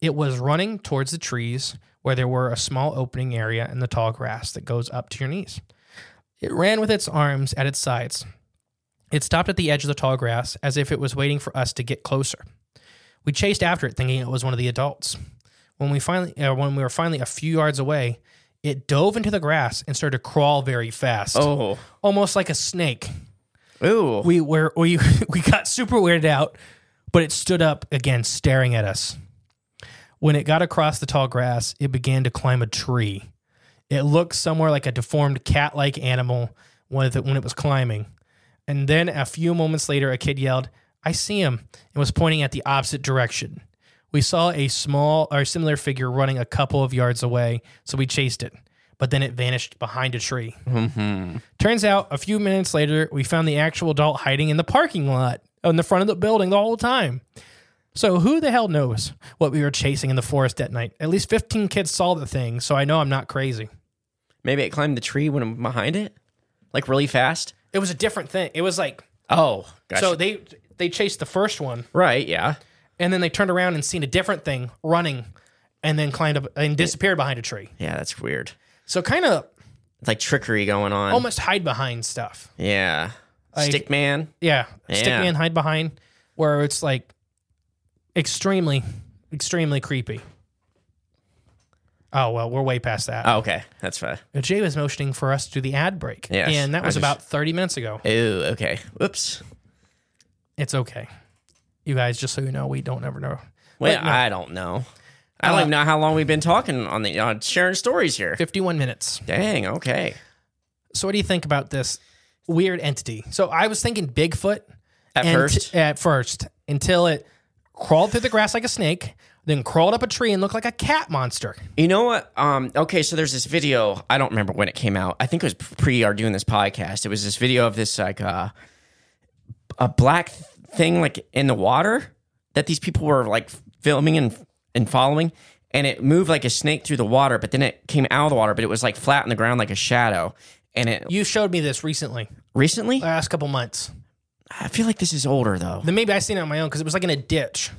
D: It was running towards the trees where there were a small opening area in the tall grass that goes up to your knees. It ran with its arms at its sides. It stopped at the edge of the tall grass as if it was waiting for us to get closer. We chased after it, thinking it was one of the adults. When we finally, uh, when we were finally a few yards away, it dove into the grass and started to crawl very fast
E: Oh,
D: almost like a snake.
E: ooh.
D: We were we we got super weirded out, but it stood up again, staring at us. When it got across the tall grass, it began to climb a tree. It looked somewhere like a deformed cat-like animal when it, when it was climbing. And then a few moments later, a kid yelled, "I see him!" and was pointing at the opposite direction. We saw a small or similar figure running a couple of yards away, so we chased it. But then it vanished behind a tree. Turns out a few minutes later, we found the actual adult hiding in the parking lot in the front of the building the whole time. So who the hell knows what we were chasing in the forest that night? At least 15 kids saw the thing, so I know I'm not crazy.
E: Maybe it climbed the tree when I'm behind it, like really fast.
D: It was a different thing. It was like
E: Oh, gotcha.
D: so they they chased the first one
E: right, yeah.
D: and then they turned around and seen a different thing running and then climbed up and disappeared behind a tree.
E: Yeah, that's weird.
D: So kind of
E: It's like trickery going on.
D: almost hide behind stuff.
E: Yeah.
D: Like-
E: Stick man.
D: Yeah.
E: Yeah.
D: Stick man hide behind where it's like extremely, extremely creepy. Oh well, we're way past that.
E: Oh, okay. That's fine.
D: Jay was motioning for us to do the ad break.
E: Yes,
D: and that
E: I
D: was
E: just-
D: about thirty minutes ago.
E: Ooh, okay. Whoops.
D: It's okay. You guys, just so you know, we don't ever know.
E: Well,
D: But no,
E: I don't know. I don't
D: Uh,
E: even know how long we've been talking on the on sharing stories here.
D: fifty-one minutes.
E: Dang, okay.
D: So what do you think about this weird entity? So I was thinking Bigfoot
E: At
D: and-
E: first.
D: At first, until it crawled through the grass like a snake, then crawled up a tree and looked like a cat monster.
E: You know what? Um, okay, so there's this video. I don't remember when it came out. I think it was pre our doing this podcast. It was this video of this like uh, a black thing like in the water that these people were like filming and and following, and it moved like a snake through the water, but then it came out of the water, but it was like flat on the ground like a shadow. And it
D: You showed me this recently,
E: recently,
D: last couple months.
E: I feel like this is older though.
D: Then maybe I seen it on my own because it was like in a ditch.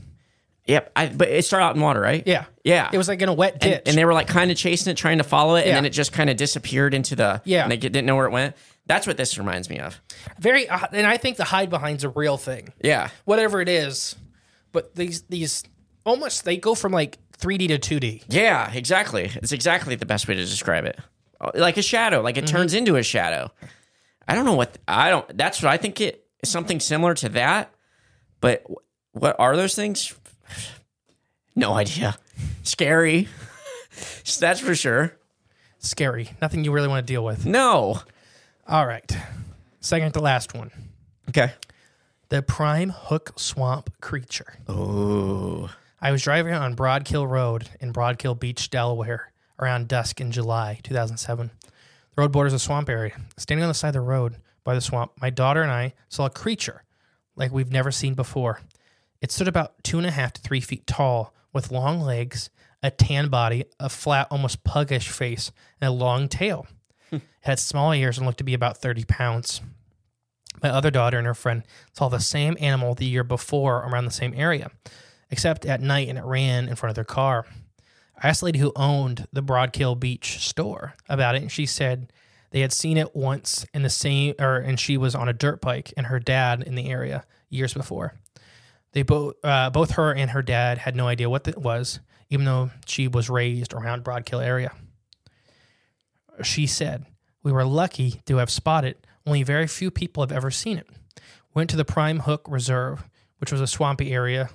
E: Yep, I, but it started out in water, right?
D: Yeah.
E: yeah.
D: It was like in a wet ditch.
E: and, and they were like kind of chasing it, trying to follow it, and
D: Yeah.
E: then it just kind of disappeared into the.
D: Yeah.
E: and they didn't know where it went. That's what this reminds me of.
D: very, uh, and I think the hide behind's a real thing,
E: Yeah,
D: whatever it is. But these these almost they go from like 3D to 2D.
E: yeah, exactly. It's exactly the best way to describe it. Oh, Like a shadow, like it turns into a shadow. I don't know what I don't. That's what I think it is something similar to that. But wh- what are those things? No idea. Scary. That's for sure.
D: Scary, nothing you really want to deal with.
E: No.
D: All right, second to last one,
E: Okay.
D: the prime hook swamp creature. Oh. I was driving on Broadkill Road in Broadkill Beach, Delaware, around dusk in July 2007. The road borders a swamp area. Standing on the side of the road by the swamp, my daughter and I saw a creature like we've never seen before. It stood about two and a half to three feet tall, with long legs, a tan body, a flat, almost puggish face, and a long tail. it had small ears and looked to be about 30 pounds. My other daughter and her friend saw the same animal the year before around the same area, except at night and it ran in front of their car. I asked the lady who owned the Broadkill Beach store about it, and she said they had seen it once in the same, or and she was on a dirt bike and her dad in the area years before. They both, uh, both her and her dad, had no idea what it was, even though she was raised around Broadkill area. She said, "We were lucky to have spotted. Only very few people have ever seen it. Went to the Prime Hook Reserve, which was a swampy area,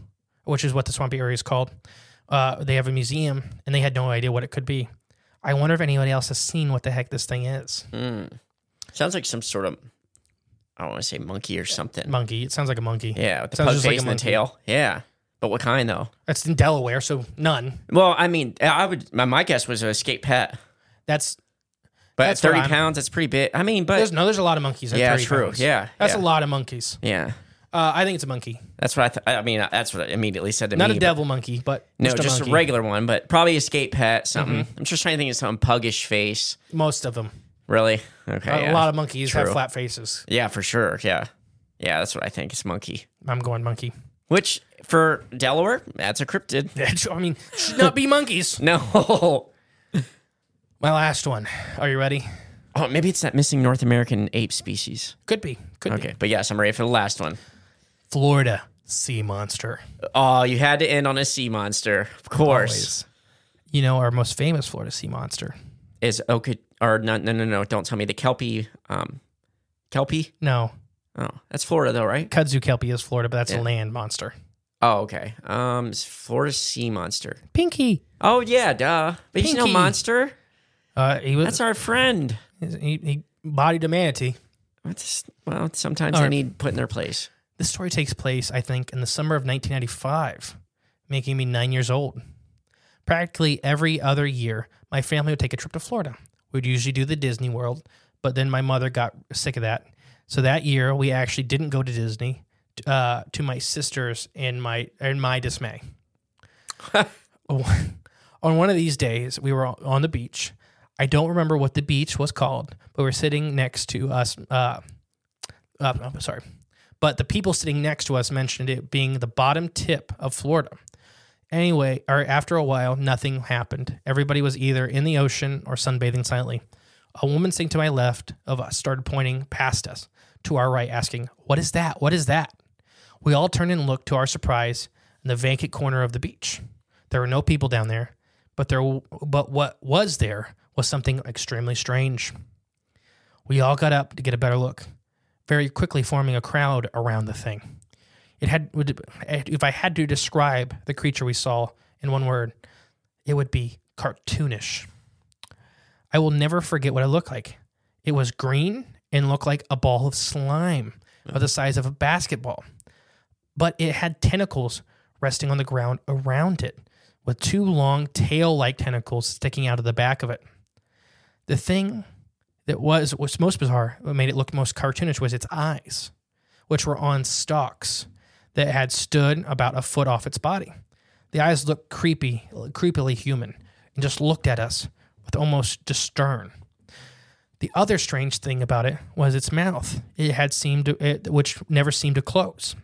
D: which is what the swampy area is called. Uh, they have a museum, and they had no idea what it could be. I wonder if anybody else has seen what the heck this thing is.
E: Hmm. Sounds like some sort of, I don't want to say monkey or something.
D: Monkey. It sounds like a monkey.
E: Yeah, with the
D: Sounds
E: pug
D: just like
E: face
D: a
E: and the
D: monkey.
E: tail. Yeah, but what kind though?
D: It's in Delaware, so none.
E: Well, I mean, I would. My, my guess was an escape pet,
D: That's
E: but
D: That's
E: at
D: what
E: thirty
D: I'm-
E: pounds, that's pretty big. I mean, but
D: there's no. There's a lot of monkeys. at
E: Yeah,
D: 30
E: true.
D: pounds.
E: Yeah,
D: that's
E: yeah.
D: a lot of monkeys.
E: yeah,
D: Uh, I think it's a monkey,
E: that's what I. Th- I mean, that's what I immediately said to
D: not
E: me.
D: a
E: but-
D: devil monkey, but
E: No,
D: just,
E: just,
D: a
E: a,
D: monkey. Mm-hmm.
E: regular one, but probably escape pet. Something. I'm just trying to think of something puggish face.
D: Most of them.
E: Really? Okay.
D: a
E: yeah.
D: lot of monkeys have
E: True.
D: flat faces.
E: Yeah, for sure. Yeah, yeah. That's what I think. It's monkey.
D: I'm going monkey.
E: Which for Delaware, that's a cryptid.
D: I mean, should not be monkeys.
E: No.
D: My last one. Are you ready?
E: oh, maybe it's that missing North American ape species.
D: Could be. Could be.
E: Okay, but yes, I'm ready for the last one.
D: Florida sea monster.
E: Oh, you had to end on a sea monster, of course.
D: Always. You know our most famous Florida sea monster.
E: Is okay or no? No, no, no! Don't tell me the kelpie. Um, kelpie.
D: No,
E: Oh, that's Florida though, right?
D: kudzu kelpie is Florida, but that's a land monster.
E: Oh, okay. Um, it's Florida sea monster.
D: Pinky.
E: Oh yeah, duh. But he's no
D: Pinky.
E: monster.
D: Uh, he was
E: That's our friend.
D: he, he bodied a manatee.
E: That's, well, sometimes
D: All
E: I
D: right.
E: need put in their place.
D: This story takes place, I think, in the summer of 1995, making me nine years old. Practically every other year, my family would take a trip to Florida. We'd usually do the Disney World, but then my mother got sick of that. So that year, we actually didn't go to Disney. Uh, to my sisters and my and my dismay. on one of these days, we were on the beach. I don't remember what the beach was called, but we were sitting next to us. Uh, uh, I'm sorry, but the people sitting next to us mentioned it being the bottom tip of Florida. Anyway, or after a while, nothing happened. Everybody was either in the ocean or sunbathing silently. A woman sitting to my left of us started pointing past us to our right, asking, What is that? What is that? We all turned and looked to our surprise in the vacant corner of the beach. There were no people down there, but there but what was there was something extremely strange. We all got up to get a better look, very quickly forming a crowd around the thing. It had would if I had to describe the creature we saw in one word, it would be cartoonish. I will never forget what it looked like. It was green and looked like a ball of slime of the size of a basketball but it had tentacles resting on the ground around it, with two long tail like tentacles sticking out of the back of it. The thing that was was most bizarre, what made it look most cartoonish, was its eyes, which were on stalks that had stood about a foot off its body. The eyes looked creepy, creepily human, and just looked at us with almost discern. The other strange thing about it was its mouth. It had seemed to, it, which never seemed to close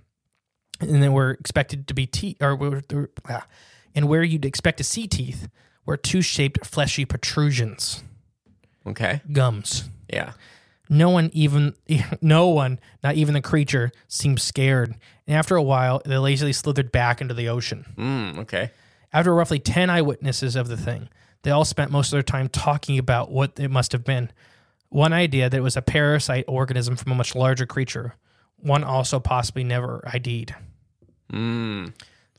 D: and then were expected to be teeth or were- were- ah. and where you'd expect to see teeth were two shaped fleshy protrusions
E: Okay.
D: gums
E: Yeah.
D: no one even no one not even the creature seemed scared and after a while they lazily slithered back into the ocean
E: Mm, okay.
D: after roughly 10 eyewitnesses of the thing, they all spent most of their time talking about what it must have been. One idea that it was a parasite organism from a much larger creature, one also possibly never ID'd.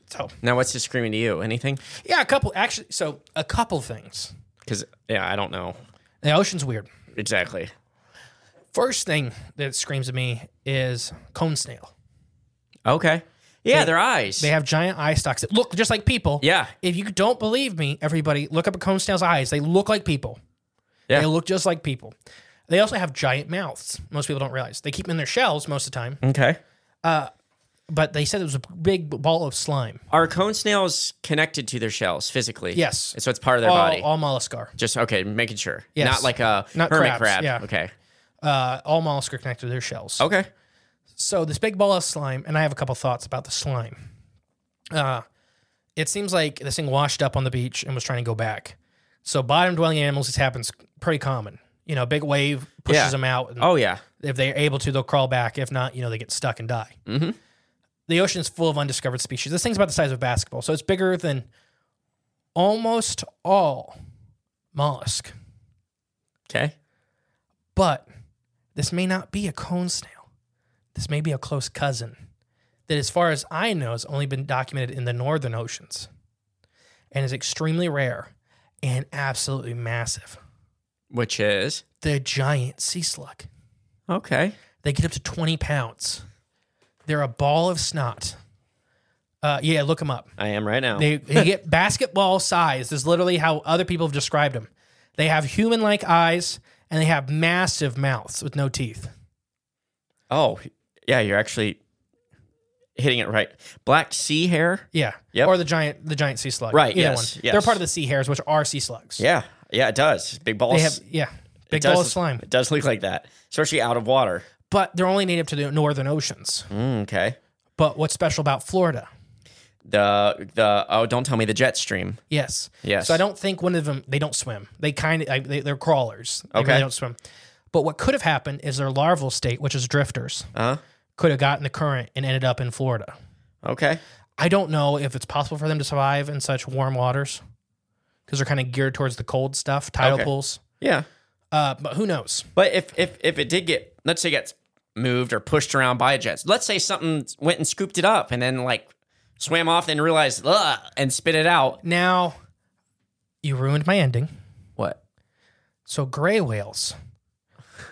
D: So,
E: Now, what's this screaming to you? Anything?
D: yeah, a couple, actually, so a couple things.
E: Because yeah, I don't know
D: The ocean's weird.
E: exactly.
D: First thing that screams at me is cone snail.
E: Okay. Yeah, their eyes.
D: They have giant eye stalks that look just like people.
E: Yeah.
D: If you don't believe me, everybody, look up a cone snail's eyes. They look like people.
E: Yeah.
D: They look just like people. They also have giant mouths. Most people don't realize. They keep them in their shells most of the time,
E: okay.
D: but they said it was a big ball of slime.
E: Are cone snails connected to their shells physically?
D: Yes.
E: So it's part of their
D: all,
E: body.
D: all mollusk are.
E: Just okay, making sure.
D: Yes.
E: Not like a
D: Not
E: hermit
D: crabs,
E: crab.
D: yeah.
E: Okay.
D: Uh, all mollusk are connected to their shells.
E: Okay.
D: So this big ball of slime, and I have a couple thoughts about the slime. Uh, it seems like this thing washed up on the beach and was trying to go back. So bottom dwelling animals, this happens pretty common. You know, a big wave pushes
E: Yeah.
D: them out. And
E: Oh yeah.
D: if they're able to, they'll crawl back. If not, you know, they get stuck and die. Mm-hmm. The ocean's full of undiscovered species. This thing's about the size of a basketball, so it's bigger than almost all mollusk.
E: Okay.
D: But this may not be a cone snail. This may be a close cousin that, as far as I know, has only been documented in the northern oceans and is extremely rare and absolutely massive.
E: which is
D: The giant sea slug.
E: okay.
D: They get up to 20 pounds. They're a ball of snot. Uh, yeah, look them up.
E: I am right now.
D: They, they get basketball sized, is literally how other people have described them. They have human like eyes and they have massive mouths with no teeth.
E: oh, yeah, you're actually hitting it right. Black sea hare.
D: Yeah.
E: Yep.
D: Or the giant the giant sea slug.
E: Right,
D: Either
E: yes,
D: one.
E: yes.
D: They're part of the sea hares, which are sea slugs.
E: Yeah, yeah, it does. Big balls.
D: They have yeah. Big ball of slime.
E: It does look like that, especially out of water.
D: But they're only native to the northern oceans.
E: Mm, okay.
D: But what's special about Florida?
E: The the oh, don't tell me the jet stream.
D: Yes.
E: Yes.
D: So I don't think one of them. They don't swim. They kind of they, they're crawlers. They
E: Okay.
D: Really don't swim. But what could have happened is their larval state, which is drifters,
E: Uh-huh.
D: could have gotten the current and ended up in Florida.
E: Okay.
D: I don't know if it's possible for them to survive in such warm waters because they're kind of geared towards the cold stuff, tidal
E: Okay.
D: pools.
E: Yeah.
D: Uh, but who knows?
E: But if if if it did get let's say gets moved or pushed around by jets, let's say something went and scooped it up and then like swam off and realized Ugh, and spit it out.
D: Now, you ruined my ending.
E: What?
D: So gray whales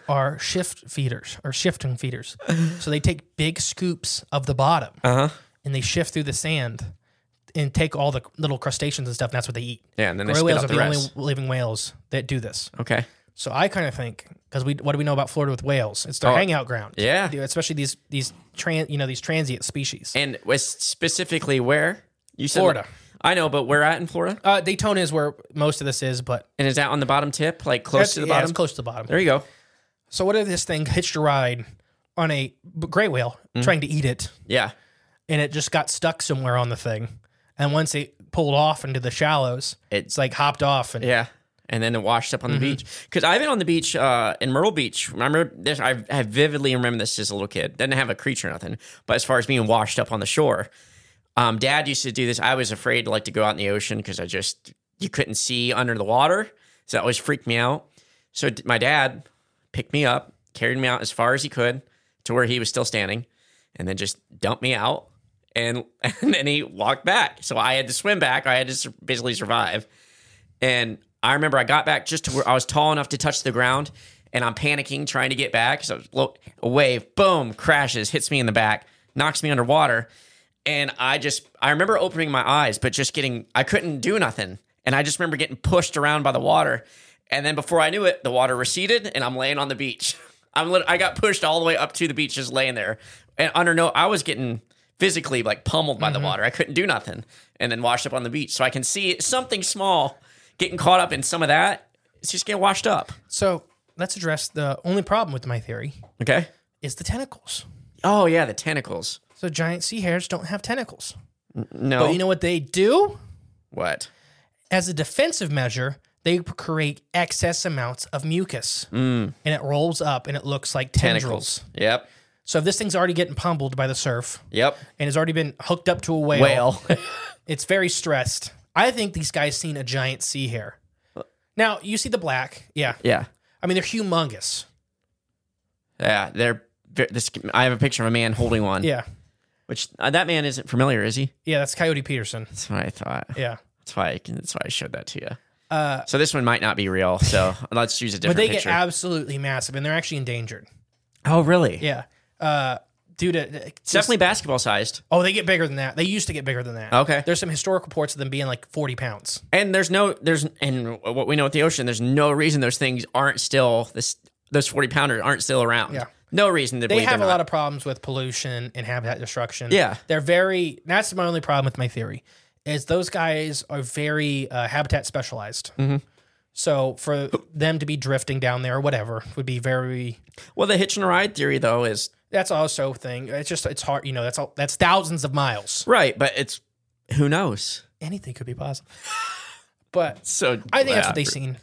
D: are shift feeders or shifting feeders. So they take big scoops of the bottom
E: Uh-huh.
D: and they shift through the sand and take all the little crustaceans and stuff. And that's what they eat.
E: Yeah, and then they
D: gray
E: spit
D: whales
E: out
D: are
E: the
D: the,
E: rest.
D: only living whales that do this.
E: Okay.
D: So I kind of think because we what do we know about Florida with whales? It's their
E: Oh,
D: hangout ground.
E: yeah.
D: especially these these trans you know these transient species.
E: And was specifically where you said
D: Florida.
E: I know, but where at in Florida?
D: uh, Daytona is where most of this is, but
E: And is that on the bottom tip, like close to the
D: yeah, it's
E: bottom?
D: close to the bottom.
E: There you go.
D: So what if this thing hitched a ride on a b- gray whale
E: Mm-hmm.
D: trying to eat it?
E: Yeah.
D: and it just got stuck somewhere on the thing. And once it pulled off into the shallows, it's like hopped off and
E: Yeah. And then it washed up on the beach. Because I've been on the beach uh, in Myrtle Beach. Remember this? I, I vividly remember this as a little kid. Didn't have a creature or nothing. But as far as being washed up on the shore, um, Dad used to do this. I was afraid like to go out in the ocean because I just you couldn't see under the water. So that always freaked me out. So d- my dad picked me up, carried me out as far as he could to where he was still standing, and then just dumped me out. And and then he walked back. So I had to swim back. I had to sur- basically survive. And I remember I got back just to where I was tall enough to touch the ground, and I'm panicking trying to get back. So lo- a wave, boom, crashes, hits me in the back, knocks me underwater, and I just I remember opening my eyes, but just getting I couldn't do nothing, and I just remember getting pushed around by the water, and then before I knew it, the water receded, and I'm laying on the beach. I'm lit- I got pushed all the way up to the beach, just laying there, and under no I was getting physically like pummeled by
D: Mm-hmm.
E: the water. I couldn't do nothing, and then washed up on the beach. So I can see something small getting caught up in some of that, it's just getting washed up.
D: so let's address the only problem with my theory
E: Okay.
D: is the tentacles.
E: Oh yeah, the tentacles.
D: So giant sea hares don't have tentacles.
E: No.
D: But you know what they do?
E: what?
D: As a defensive measure, they create excess amounts of mucus and it rolls up and it looks like tendrils.
E: Mm. Tentacles. Yep.
D: So if this thing's already getting pummeled by the surf
E: Yep.
D: and has already been hooked up to a
E: Whale.
D: It's very stressed. I think these guys seen a giant sea hare. Now you see the black, yeah.
E: yeah.
D: I mean they're humongous,
E: Yeah. They're this. I have a picture of a man holding one.
D: yeah,
E: Which uh, that man isn't familiar, is he?
D: yeah. That's Coyote Peterson,
E: That's what I thought.
D: yeah.
E: That's why. I, can- that's why I showed that to you.
D: Uh,
E: So this one might not be real. So let's use a
D: but
E: different
D: they get
E: picture.
D: absolutely massive, and they're actually endangered,
E: oh really?
D: yeah. Uh, due to
E: It's definitely basketball sized.
D: oh, they get bigger than that. They used to get bigger than that.
E: Okay.
D: There's some historic reports of them being like 40 pounds.
E: And there's no there's and what we know with the ocean, there's no reason those things aren't still this those forty pounders aren't still around.
D: Yeah.
E: No reason to
D: They
E: believe
D: have a
E: they're not.
D: lot of problems with pollution and habitat destruction.
E: Yeah.
D: they're very. That's my only problem with my theory is those guys are very uh, habitat specialized.
E: Mm-hmm.
D: So for them to be drifting down there or whatever would be very.
E: Well, the hitch and ride theory though is
D: That's also a thing. It's just it's hard. You know that's all. That's thousands of miles.
E: right, but it's who knows.
D: Anything could be possible. But
E: So
D: I think that's
E: yeah.
D: what they seen.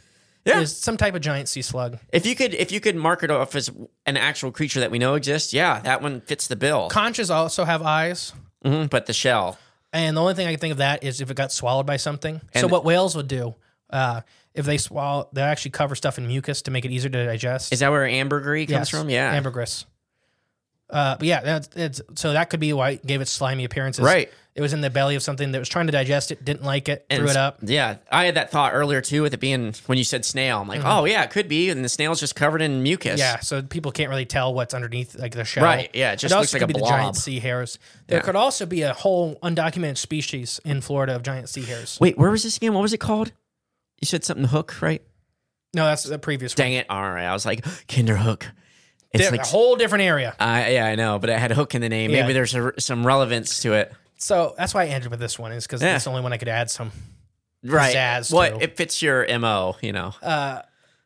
E: Yeah.
D: is some type of giant sea slug.
E: If you could if you could mark it off as an actual creature that we know exists, yeah, that one fits the bill.
D: Conchas also have eyes.
E: hmm but the shell,
D: And the only thing I can think of that is if it got swallowed by something. so what whales would do, uh, if they swallow, they actually cover stuff in mucus to make it easier to digest.
E: is that where ambergris comes
D: Yes.
E: from? Yeah.
D: ambergris. Uh, but yeah, that's it's, so that could be why it gave its slimy appearances.
E: Right.
D: It was in the belly of something that was trying to digest it, didn't like it,
E: And
D: threw it
E: s-
D: up.
E: Yeah, I had that thought earlier too with it being when you said snail. I'm like, oh yeah, it could be, and the snail's just covered in mucus.
D: Mm-hmm. Yeah, so people can't really tell what's underneath like the shell.
E: Right, yeah, it just
D: also
E: looks like
D: could
E: a
D: be the giant
E: blob.
D: sea hares. There
E: Yeah.
D: could also be a whole undocumented species in Florida of giant sea hares.
E: Wait, where was this again? What was it called? You said something hook, right?
D: No, that's the previous one.
E: Dang it! All right, I was like Kinderhook. It's
D: Di-
E: like
D: a whole different area.
E: I yeah, I know, but it had hook in the name.
D: Yeah.
E: Maybe there's a, some relevance to it.
D: So that's why I ended with this one is because
E: Yeah.
D: it's the only one I could add some.
E: Right.
D: Pizzazz,
E: what
D: too. Uh,
E: it fits your mo, you know.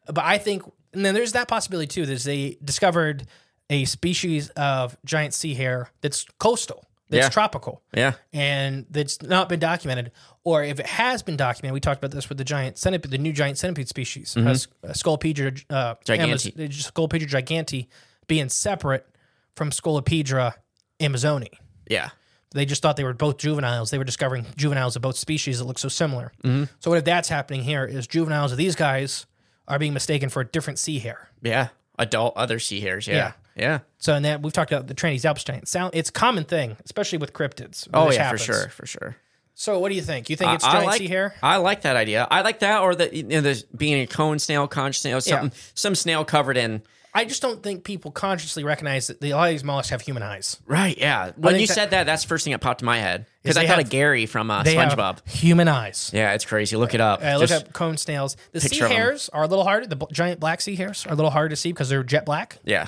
D: But I think, and then there's that possibility too. There's they discovered a species of giant sea hare that's coastal, that's
E: Yeah.
D: tropical,
E: yeah.
D: and that's not been documented. Or if it has been documented, we talked about this with the giant centipede, the new giant centipede species,
E: Mm-hmm.
D: uh, S- uh, Scolopedra uh,
E: Gigante.
D: Amaz- uh, Scolopedra gigante, being separate from Scolopedra amazoni.
E: Yeah.
D: They just thought they were both juveniles. They were discovering juveniles of both species that look so similar.
E: Mm-hmm.
D: So what if that's happening here? Is juveniles of these guys are being mistaken for a different sea hare?
E: Yeah. Adult other sea hares. Yeah. Yeah.
D: So and that we've talked about the Tranny's Alps giant. Sound it's a common thing, especially with cryptids.
E: Oh
D: This
E: yeah,
D: happens.
E: for sure, for sure.
D: So what do you think? You think
E: I-
D: it's
E: I
D: giant
E: like,
D: sea hare?
E: I like that idea. I like that, or the, you know, the being a cone snail, conch snail, something, some snail covered in.
D: I just don't think people consciously recognize that the, a lot of these mollusks have human eyes.
E: Right. Yeah. When
D: think
E: you
D: that-
E: said that, that's the first thing that popped in my head
D: Is
E: because I
D: they
E: thought
D: have-
E: of Gary from uh,
D: They have
E: SpongeBob.
D: human eyes.
E: Yeah, it's crazy. Look it up.
D: Uh, look
E: Just-
D: up cone snails. The sea
E: picture of 'em.
D: hares are a little harder. The bl- giant black sea hares are a little harder to see because they're jet black.
E: Yeah.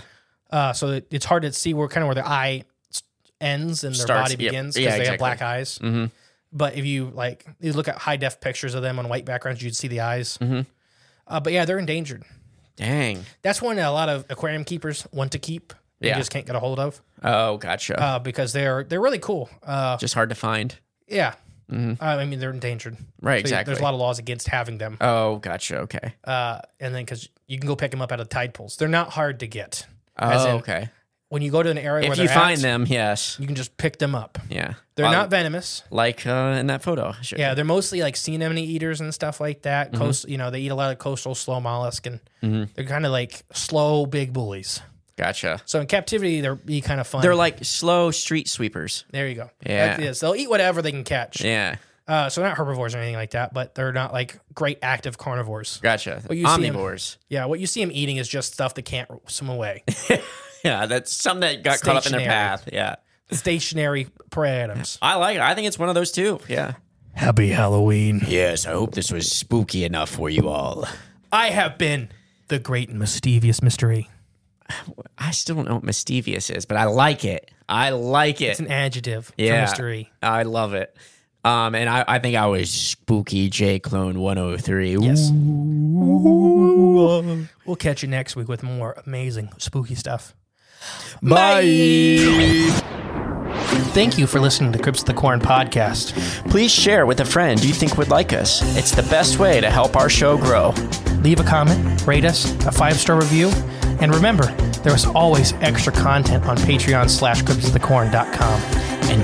D: uh, so it, it's hard to see where kind of where their eye s- ends and their
E: Starts,
D: body
E: yep.
D: begins because
E: Yeah,
D: they have
E: exactly.
D: black eyes. Mm-hmm. But if you like, you look at high def pictures of them on white backgrounds, you'd see the eyes.
E: Mm-hmm.
D: Uh, but yeah, they're endangered.
E: Dang.
D: That's one that a lot of aquarium keepers want to keep. They
E: Yeah.
D: just can't get a hold of
E: Oh, gotcha.
D: uh, because they're they're really cool. Uh,
E: Just hard to find.
D: yeah, uh, I mean they're endangered.
E: Mm-hmm. Right,
D: So you-
E: exactly.
D: There's a lot of laws against having them.
E: Oh, gotcha. Okay.
D: Uh, and then because you can go pick them up out of tide pools, they're not hard to get. As
E: oh,
D: in,
E: okay.
D: When you go to an area where
E: If
D: they're
E: you find
D: at,
E: them, yes.
D: you can just pick them up.
E: Yeah.
D: They're
E: Uh,
D: not venomous.
E: like uh, in that photo. Sure.
D: Yeah, they're mostly like sea anemone eaters and stuff like that.
E: Mm-hmm.
D: Coast, you know, they eat a lot of coastal slow mollusk, and they're kind of like slow big bullies.
E: Gotcha.
D: So in captivity, they're be kind of fun.
E: They're like slow street sweepers.
D: there you go.
E: Yeah.
D: Like this. they'll eat whatever they can catch.
E: Yeah.
D: Uh, so they're not herbivores or anything like that, but they're not like great active carnivores.
E: Gotcha.
D: Well, you see 'em.
E: Omnivores.
D: Yeah, what you see them eating is just stuff that can't swim away.
E: Yeah, that's some that got caught up in their
D: Stationary.
E: path. Yeah.
D: Stationary prey items.
E: I like it. I think it's one of those too. Yeah.
D: Happy Halloween.
E: Yes, I hope this was spooky enough for you all.
D: I have been the great and mischievous E. mystery.
E: I still don't know what mischievous is, but I like it. I like it.
D: It's an adjective for E.
E: Yeah.
D: mystery.
E: I love it. Um, and I, I think I was spooky J Clone 103. Yes.
D: We'll catch you next week with more amazing spooky stuff. Bye. Thank you for listening to Crips of the Corn podcast.
E: Please share with a friend you think would like us. It's the best way to help our show grow.
D: Leave a comment, rate us, a five star review, and remember, there is always extra content on Patreon slash CryptsoftheCorn.com.
E: And